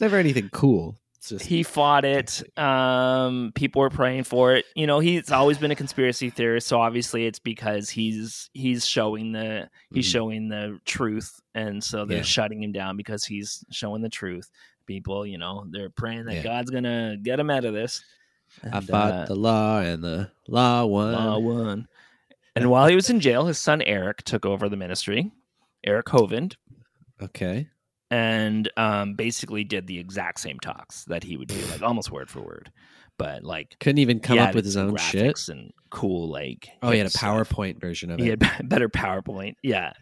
B: never anything cool. It's just
A: he fought it. Um, people were praying for it. You know, he's always been a conspiracy theorist, so obviously it's because he's he's showing the he's
B: Mhm.
A: showing the truth, and so they're
B: Yeah.
A: shutting him down because he's showing the truth. People, you know, they're praying that
B: Yeah.
A: God's gonna get him out of this.
B: I
A: And,
B: fought
A: uh,
B: the law and the law won.
A: Law one. And while he was in jail, his son Eric took over the ministry, Eric Hovind,
B: Okay.
A: and um, basically did the exact same talks that he would do, like almost word for word, but like
B: Couldn't even come
A: he
B: up
A: added
B: with his
A: some
B: own shit.
A: graphics and cool like.
B: Oh, he had a
A: hip stuff.
B: PowerPoint version of it.
A: He had b- <laughs> better PowerPoint,
B: <laughs>
A: yeah.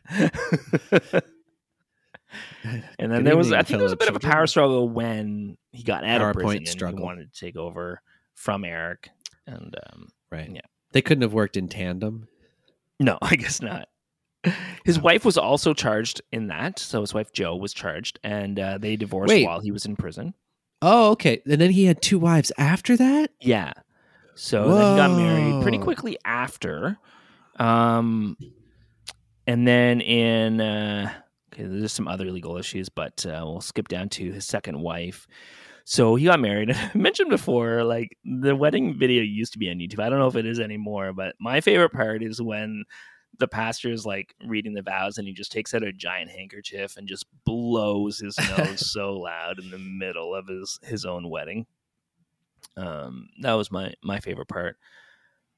A: and then
B: Good
A: there was,
B: evening,
A: I think, there was
B: fellow
A: a bit of a
B: children.
A: power struggle when he got out of
B: PowerPoint
A: prison and he
B: struggle.
A: wanted to take over from Eric, and um,
B: Right.
A: Yeah.
B: They couldn't have worked in tandem.
A: No, <laughs> I guess not. His wife was also charged in that. So his wife Jo was charged, and uh, they divorced
B: Wait.
A: while he was in prison.
B: Oh, okay. And then he had two wives after that?
A: Yeah. So then he got married pretty
B: Whoa.
A: quickly after. Um, and then in uh, okay, there's some other legal issues, but uh, we'll skip down to his second wife. So he got married. <laughs> I mentioned before, like the wedding video used to be on YouTube. I don't know if it is anymore, but my favorite part is when the pastor is like reading the vows and he just takes out a giant handkerchief and just blows his
B: <laughs>
A: nose so loud in the middle of his his own wedding. Um, that was my my favorite part.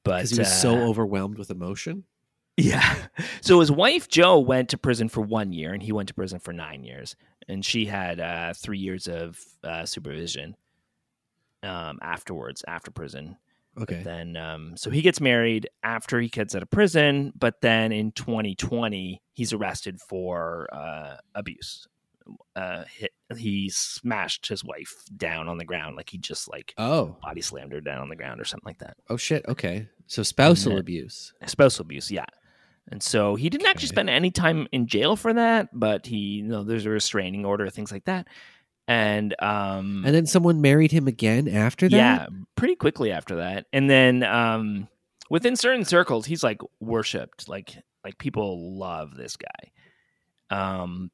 A: But
B: Because he was so
A: uh,
B: overwhelmed with emotion.
A: <laughs> yeah. So his wife Joe went to prison for one year, and he went to prison for nine years, and she had uh, three years of uh, supervision um, afterwards after prison.
B: Okay.
A: Then, um, so he gets married after he gets out of prison, but then in 2020 he's arrested for uh, abuse, uh, hit, he smashed his wife down on the ground. Like he just like
B: Oh.
A: body slammed her down on the ground or something like that.
B: Oh shit. Okay. So spousal
A: Yeah.
B: abuse.
A: Spousal abuse, yeah. And so he didn't actually
B: Okay.
A: spend any time in jail for that, but he, you know, there's a restraining order, things like that. And um
B: And then someone married him again after that?
A: yeah, pretty quickly after that. And then um within certain circles, he's like worshipped. Like like people love this guy. Um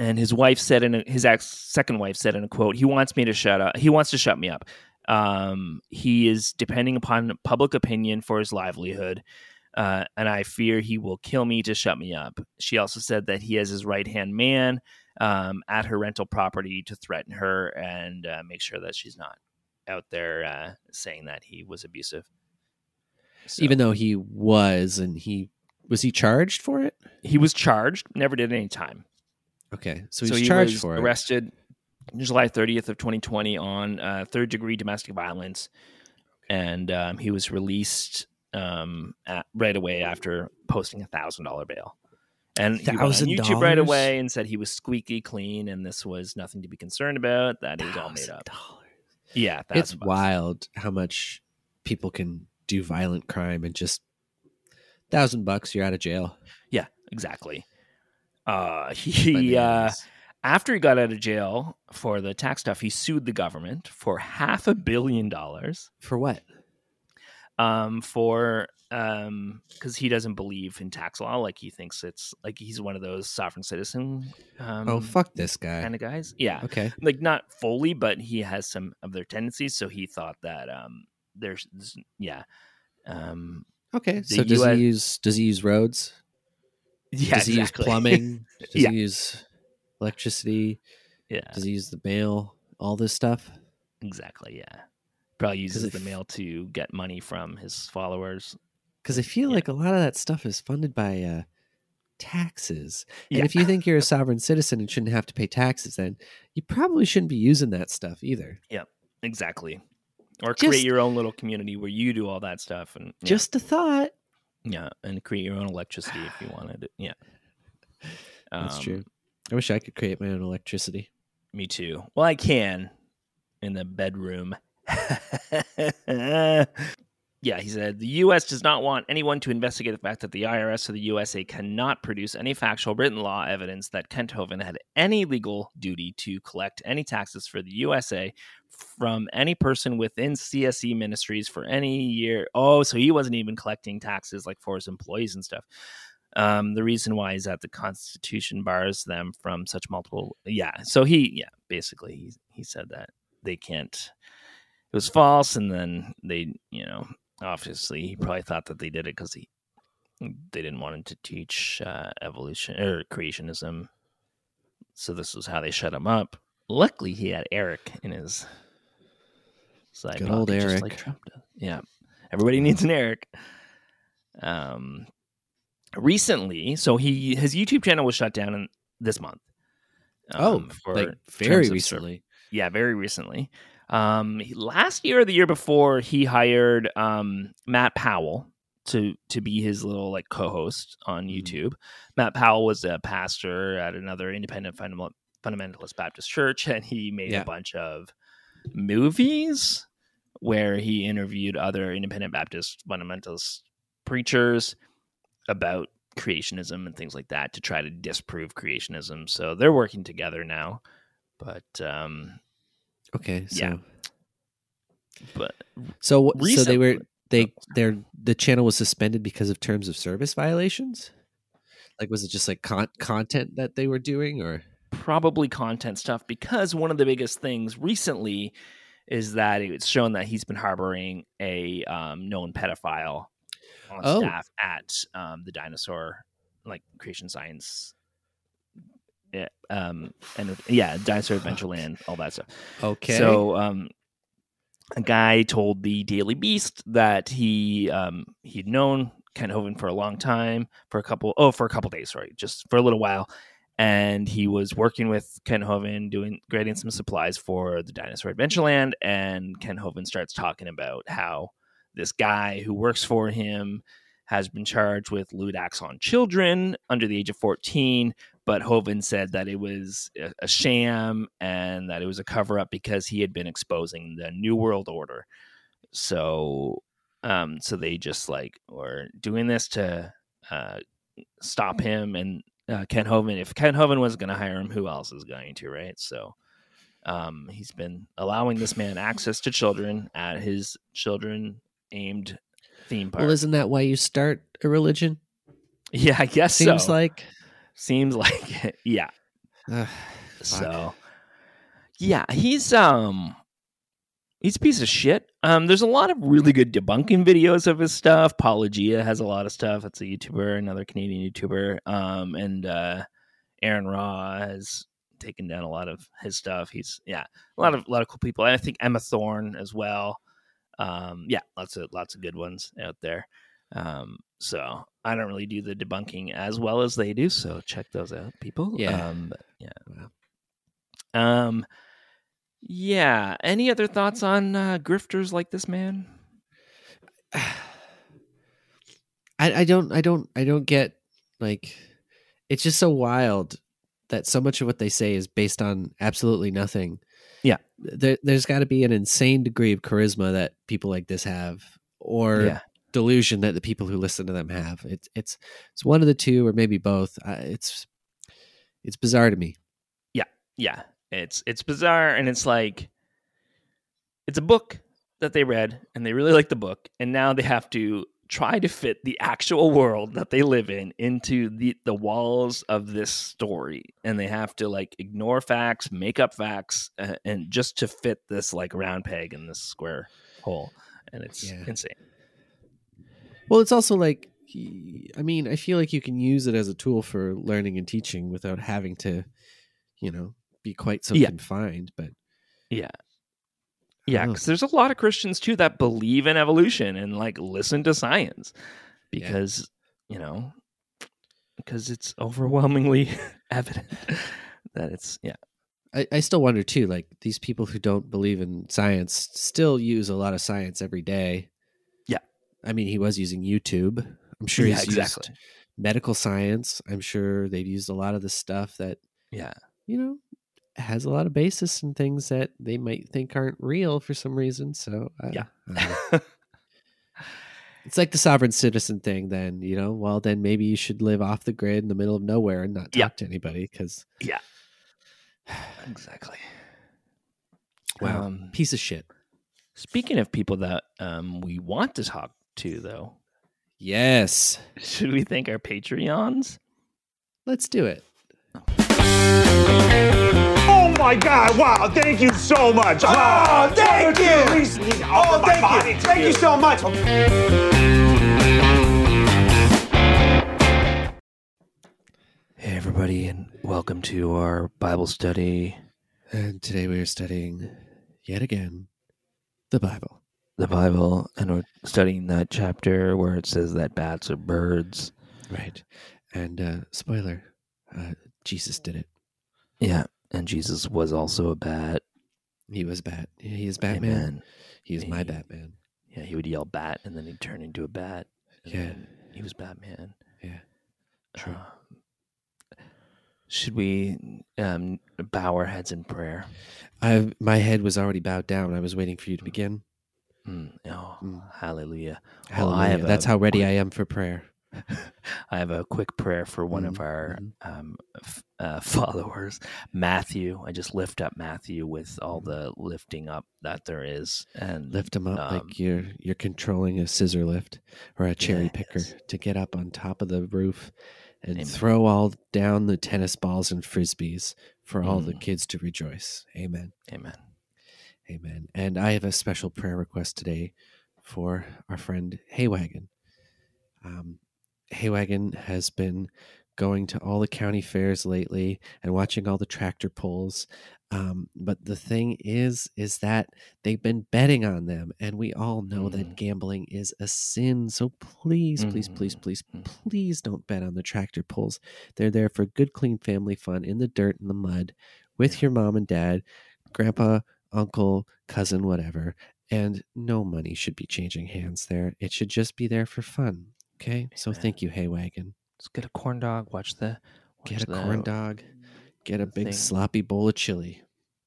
A: and his wife said in a, his ex second wife said in a quote, he wants me to shut up. He wants to shut me up. Um he is depending upon public opinion for his livelihood. Uh, and I fear he will kill me to shut me up. She also said that he has his right hand man um, at her rental property to threaten her and uh, make sure that she's not out there uh, saying that he was abusive. So
B: Even though he was and he was he charged for it?
A: he was charged, never did any time.
B: Okay. So he's
A: he
B: charged
A: was
B: for it.
A: arrested July 30th of 2020 on uh, third degree domestic violence, and um, he was released um, at, right away after posting a thousand dollar bail. And he went on YouTube right
B: $1,000?
A: away and said he was squeaky clean and this was nothing to be concerned about. That it was all made up.
B: $1,000.
A: Yeah,
B: It's
A: $1,000.
B: wild how much people can do violent crime and just thousand bucks, you're out of jail.
A: Yeah, exactly. Uh, he uh, after he got out of jail for the tax stuff, he sued the government for half a billion dollars
B: for what?
A: um, for um, because he doesn't believe in tax law. Like he thinks it's like he's one of those sovereign citizen. Um,
B: oh fuck this guy.
A: kind of guys. Yeah,
B: Okay.
A: like not fully, but he has some of their tendencies. So he thought that um, there's yeah. Um, <laughs>
B: Okay.
A: The
B: So does
A: US
B: he use does he use roads?
A: yeah,
B: does he
A: exactly.
B: use plumbing? Does
A: Yeah.
B: he use electricity?
A: <laughs> yeah,
B: Does he use the mail? All this stuff?
A: Exactly. Yeah. Probably uses
B: it
A: the
B: f-
A: mail to get money from his followers.
B: Because I feel
A: Yeah.
B: like a lot of that stuff is funded by uh, taxes.
A: Yeah.
B: And if you think you're a sovereign citizen and shouldn't have to pay taxes, then you probably shouldn't be using that stuff either.
A: Exactly. Or
B: Just-
A: create your own little community where you do all that stuff and yeah,
B: Just a thought.
A: yeah, and create your own electricity
B: <sighs>
A: if you wanted. it. Yeah.
B: That's
A: Um,
B: true. I wish I could create my own electricity.
A: Me too. Well, I can in the bedroom. <laughs> yeah, he said the U.S. does not want anyone to investigate the fact that the IRS or the USA cannot produce any factual written law evidence that Kent Hovind had any legal duty to collect any taxes for the USA from any person within CSE ministries for any year. Oh, so he wasn't even collecting taxes like for his employees and stuff. Um, the reason why is that the Constitution bars them from such multiple. Yeah, so he, yeah, basically he he said that they can't. It was false, and then they, you know, obviously he probably thought that they did it because he they didn't want him to teach uh, evolution or creationism. So this was how they shut him up. Luckily, he had Eric in his side
B: Good old
A: pocket, just
B: Eric.
A: like Trump does. Yeah, everybody needs an Eric. Um, recently, so he his YouTube channel was shut down in, this month. um,
B: oh,
A: for
B: like
A: terms of
B: very
A: ser-
B: recently.
A: yeah, very recently. Um, he- last year or the year before, he hired um, Matt Powell to to be his little like co-host on
B: Mhm.
A: YouTube. Matt Powell was a pastor at another independent fundamental, fundamentalist Baptist church, and he made
B: Yeah.
A: a bunch of movies where he interviewed other independent Baptist fundamentalist preachers about creationism and things like that to try to disprove creationism. So they're working together now. But um
B: Okay. So
A: Yeah. but
B: So what- so they were
A: Recently. Oh,
B: they their the channel was suspended because of terms of service violations. Like was it just like con- content that they were doing or
A: probably content stuff because one of the biggest things recently is that it's shown that he's been harboring a um, known pedophile on
B: Oh.
A: staff at um, the dinosaur like creation science yeah um and yeah dinosaur adventureland all that stuff
B: okay?
A: So, um, a guy told the Daily Beast that he um, he'd known Ken Hovind for a long time, for a couple oh for a couple days, sorry, just for a little while, and he was working with Ken Hovind doing grading some supplies for the Dinosaur Adventureland, and Ken Hovind starts talking about how this guy who works for him has been charged with lewd acts on children under the age of 14. But Hovind said that it was a, a sham and that it was a cover up because he had been exposing the New World Order. So, um, so they just like were doing this to uh,
B: Mm.
A: stop him and uh, Ken Hovind. If Ken Hovind was going to hire him, who else is going to, right? So, um, he's been allowing this man access to children at his children aimed theme park.
B: Well, isn't that why you start a religion?
A: <laughs> yeah, I guess
B: Seems
A: so.
B: like.
A: Seems like it. Yeah.
B: Ugh, <sighs>
A: So yeah, he's um he's a piece of shit. Um there's a lot of really good debunking videos of his stuff. Apologia has a lot of stuff. That's a YouTuber, another Canadian YouTuber. Um and uh Aaron Raw has taken down a lot of his stuff. He's yeah, a lot of a lot of cool people. And I think Emma Thorne as well. Um yeah, lots of lots of good ones out there. Um so I don't really do the debunking as well as they do, so check those out, people.
B: Yeah.
A: Um but yeah. Um, yeah. Any other thoughts on uh, grifters like this man?
B: I, I don't I don't I don't get like it's just so wild that so much of what they say is based on absolutely nothing.
A: Yeah.
B: There there's gotta be an insane degree of charisma that people like this have or
A: Yeah.
B: delusion that the people who listen to them have. It's it's it's one of the two or maybe both. I, it's it's bizarre to me.
A: Yeah. It's it's bizarre, and it's like it's a book that they read, and they really like the book, and now they have to try to fit the actual world that they live in into the the walls of this story and they have to like ignore facts make up facts uh, and just to fit this like round peg in this square hole and it's
B: Yeah.
A: insane
B: Well, it's also like, I mean, I feel like you can use it as a tool for learning and teaching without having to, you know, be quite so
A: Yeah.
B: confined. But
A: Yeah,
B: Oh.
A: because there's a lot of Christians too that believe in evolution and like listen to science because you know because it's overwhelmingly <laughs> evident that it's yeah
B: I, I still wonder too, like these people who don't believe in science still use a lot of science every day.
A: Yeah.
B: I mean, he was using YouTube. I'm sure
A: yeah
B: he's
A: exactly
B: used medical science. I'm sure they've used a lot of the stuff that,
A: yeah
B: you know, has a lot of basis in things that they might think aren't real for some reason. So, I,
A: Yeah.
B: I don't know.
A: <laughs>
B: It's like the sovereign citizen thing, then, you know? Well, then maybe you should live off the grid in the middle of nowhere and not talk
A: Yeah.
B: to anybody because,
A: exactly
B: wow,
A: Um,
B: piece of shit.
A: speaking of people that um we want to talk to though <laughs>
B: Yes.
A: should we thank our patreons
B: Let's do it.
C: Oh my God! Wow! Thank you so much. Oh, thank you. Oh, thank you. Thank you so much.
A: hey everybody and welcome to our bible study
B: And today we are studying yet again the Bible.
A: the bible and we're studying that chapter where it says that bats are birds
B: Right. And uh, spoiler, uh, Jesus did it.
A: Yeah, and Jesus was also a bat.
B: He was Bat. He is Batman.
A: Amen.
B: He is my
A: Amen.
B: Batman.
A: Yeah, he would yell bat, and then he'd turn into a bat. and
B: Yeah.
A: then he was Batman.
B: Yeah. True.
A: Um, should we um, bow our heads in prayer?
B: I my head was already bowed down. I was waiting for you to begin.
A: Mm, oh,
B: Mm.
A: hallelujah! Well,
B: Hallelujah.
A: I have
B: That's
A: a
B: how ready
A: quick-
B: I am for prayer.
A: I have a quick prayer for one of
B: Mhm,
A: our
B: mhm.
A: um, f- uh, <laughs> followers, Matthew. I just lift up Matthew with all the lifting up that there is, and
B: Mm-hmm. Lift him up
A: Um,
B: like you're you're controlling a scissor lift or a cherry picker
A: Yes.
B: to get up on top of the roof and
A: Amen.
B: throw all down the tennis balls and frisbees for all the
A: Mm.
B: kids to rejoice. Amen.
A: Amen.
B: Amen. And I have a special prayer request today for our friend Haywagon. Um, Haywagon has been going to all the county fairs lately and watching all the tractor pulls. Um, but the thing is, is that they've been betting on them, and we all know
A: Mhm.
B: that gambling is a sin. So please, please, please,
A: Mhm.
B: please,
A: Mhm.
B: please don't bet on the tractor pulls. They're there for good, clean family fun in the dirt and the mud with your mom and dad, grandpa, uncle, cousin, whatever. And no money should be changing hands there. It should just be there for fun. Okay, so
A: Amen.
B: thank you, Haywagon.
A: Let's get a corn dog. Watch the watch
B: Get a
A: the-
B: corn dog, get a big
A: thing.
B: sloppy bowl of
A: <laughs>
B: chili,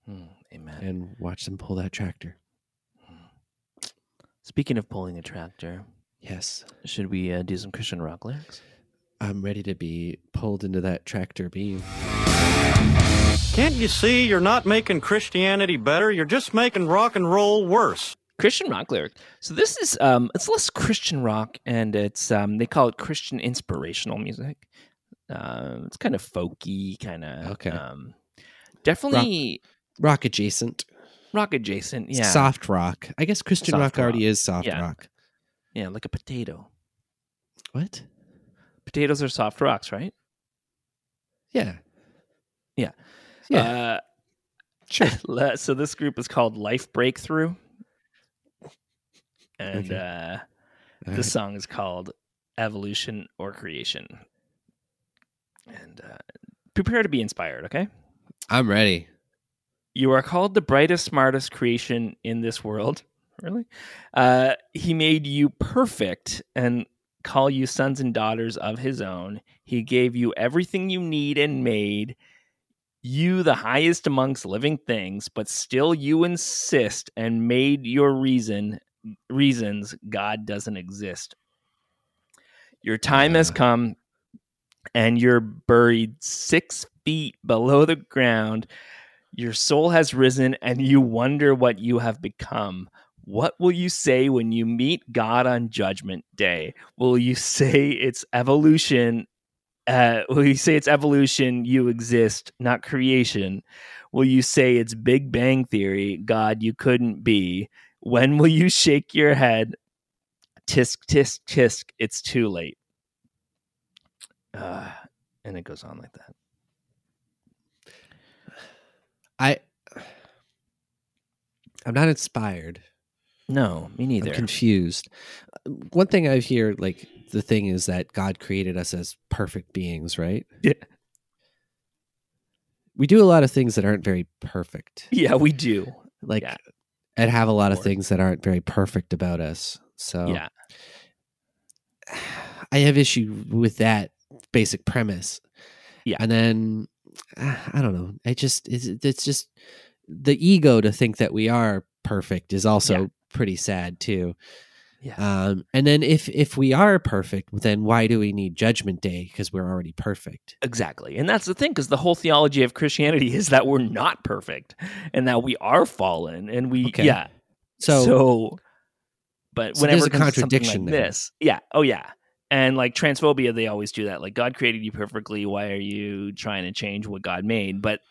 A: Hmm, amen.
B: and watch them pull that tractor.
A: Speaking of pulling a tractor,
B: Yes,
A: should we uh, do some Christian rock lyrics?
B: I'm ready to be pulled into that tractor beam.
D: Can't you see you're not making Christianity better? You're just making rock and roll worse.
A: Christian rock lyric. So this is um, it's less Christian rock, and it's um, they call it Christian inspirational music. Um, it's kind of folky, kind of
B: Okay.
A: Um, definitely
B: Rock adjacent,
A: rock, adjacent. Yeah,
B: soft rock. I guess Christian
A: Soft
B: rock already
A: rock.
B: is soft
A: Yeah.
B: rock.
A: yeah, like a potato.
B: What?
A: Potatoes are soft rocks, right?
B: Yeah,
A: Yeah.
B: yeah.
A: Uh, <laughs> sure. Uh, so this group is called Life Breakthrough, and uh,
B: All right.
A: this song is called Evolution or Creation. And uh, prepare to be inspired. Okay.
B: I'm ready.
A: You are called the brightest, smartest creation in this world. <laughs> Really? Uh, he made you perfect and call you sons and daughters of his own. He gave you everything you need and made you the highest amongst living things, but still you insist and made your reason reasons God doesn't exist. Your time has
B: Yeah.
A: come and you're buried six feet below the ground. Your soul has risen and you wonder what you have become. What will you say when you meet God on Judgment Day? Will you say it's evolution? Uh, will you say it's evolution? You exist, not creation. Will you say it's Big Bang Theory? God, you couldn't be. When will you shake your head? Tisk, tisk, tisk. It's too late. Uh, and it goes on like that.
B: I I'm not inspired.
A: No, me neither.
B: I'm confused. One thing I've heard, like the thing is that God created us as perfect beings, right?
A: Yeah.
B: We do a lot of things that aren't very perfect.
A: yeah, we do.
B: Like
A: Yeah.
B: and have a lot of
A: Sure.
B: things that aren't very perfect about us. So
A: Yeah.
B: I have issue with that basic premise.
A: Yeah.
B: And then ah, I don't know. I just it's, it's just the ego to think that we are perfect is also
A: Yeah.
B: pretty sad too.
A: Yeah.
B: Um and then if if we are perfect, then why do we need judgment day because we're already perfect?
A: Exactly. And that's the thing, because the whole theology of Christianity is that we're not perfect and that we are fallen. And we,
B: Okay.
A: yeah.
B: So,
A: but
B: So
A: whenever
B: there's a
A: it comes to something
B: contradiction
A: like
B: there.
A: this, yeah. Oh, yeah. And like transphobia, they always do that. Like, God created you perfectly. Why are you trying to change what God made? But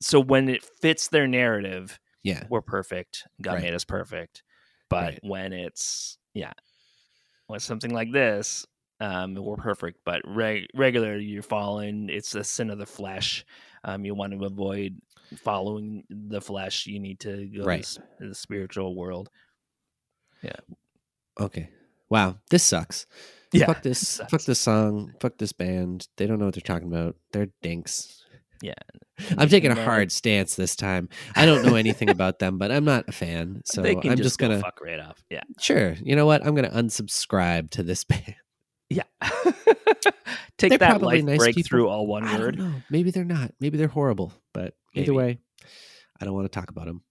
A: so when it fits their narrative,
B: yeah.
A: we're perfect. God
B: Right.
A: made us perfect. But
B: Right.
A: when it's yeah, when something like this, um, we're perfect. But reg- regular, you're fallen. It's a sin of the flesh. Um, you want to avoid following the flesh. You need to go
B: Right.
A: to s- to the spiritual world.
B: Okay. Wow. This sucks.
A: Yeah,
B: Fuck this.
A: <laughs> sucks.
B: Fuck this song. Fuck this band. They don't know what they're talking about. They're dinks.
A: Yeah.
B: I'm taking a
A: They-
B: hard stance this time. I don't know anything about them, but I'm not a
A: <laughs>
B: fan. So
A: they can
B: I'm just
A: go
B: gonna
A: fuck right off. Yeah,
B: sure. You know what? I'm gonna unsubscribe to this <laughs> band.
A: yeah. <laughs> Take
B: They're
A: that
B: probably
A: life
B: nice people.
A: breakthrough, all one
B: I don't
A: word.
B: know. Maybe they're not. Maybe they're horrible. But
A: Maybe.
B: either way, I don't want to talk about them.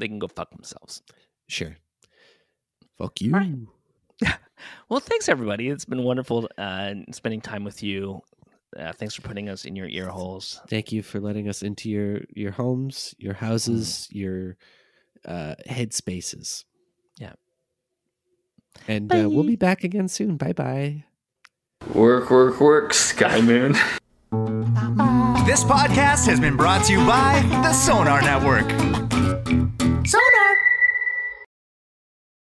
A: They can go fuck themselves.
B: Sure. Fuck you.
A: right. Well, thanks everybody. It's been wonderful uh, spending time with you. Uh, thanks for putting us in your ear holes.
B: Thank you for letting us into your your homes, your
A: Mm.
B: houses, your uh, head spaces.
A: Yeah.
B: And uh, we'll
A: Bye.
B: be back again soon. Bye bye.
E: Work, work, work, Sky Moon.
F: This podcast has been brought to you by the Sonar Network.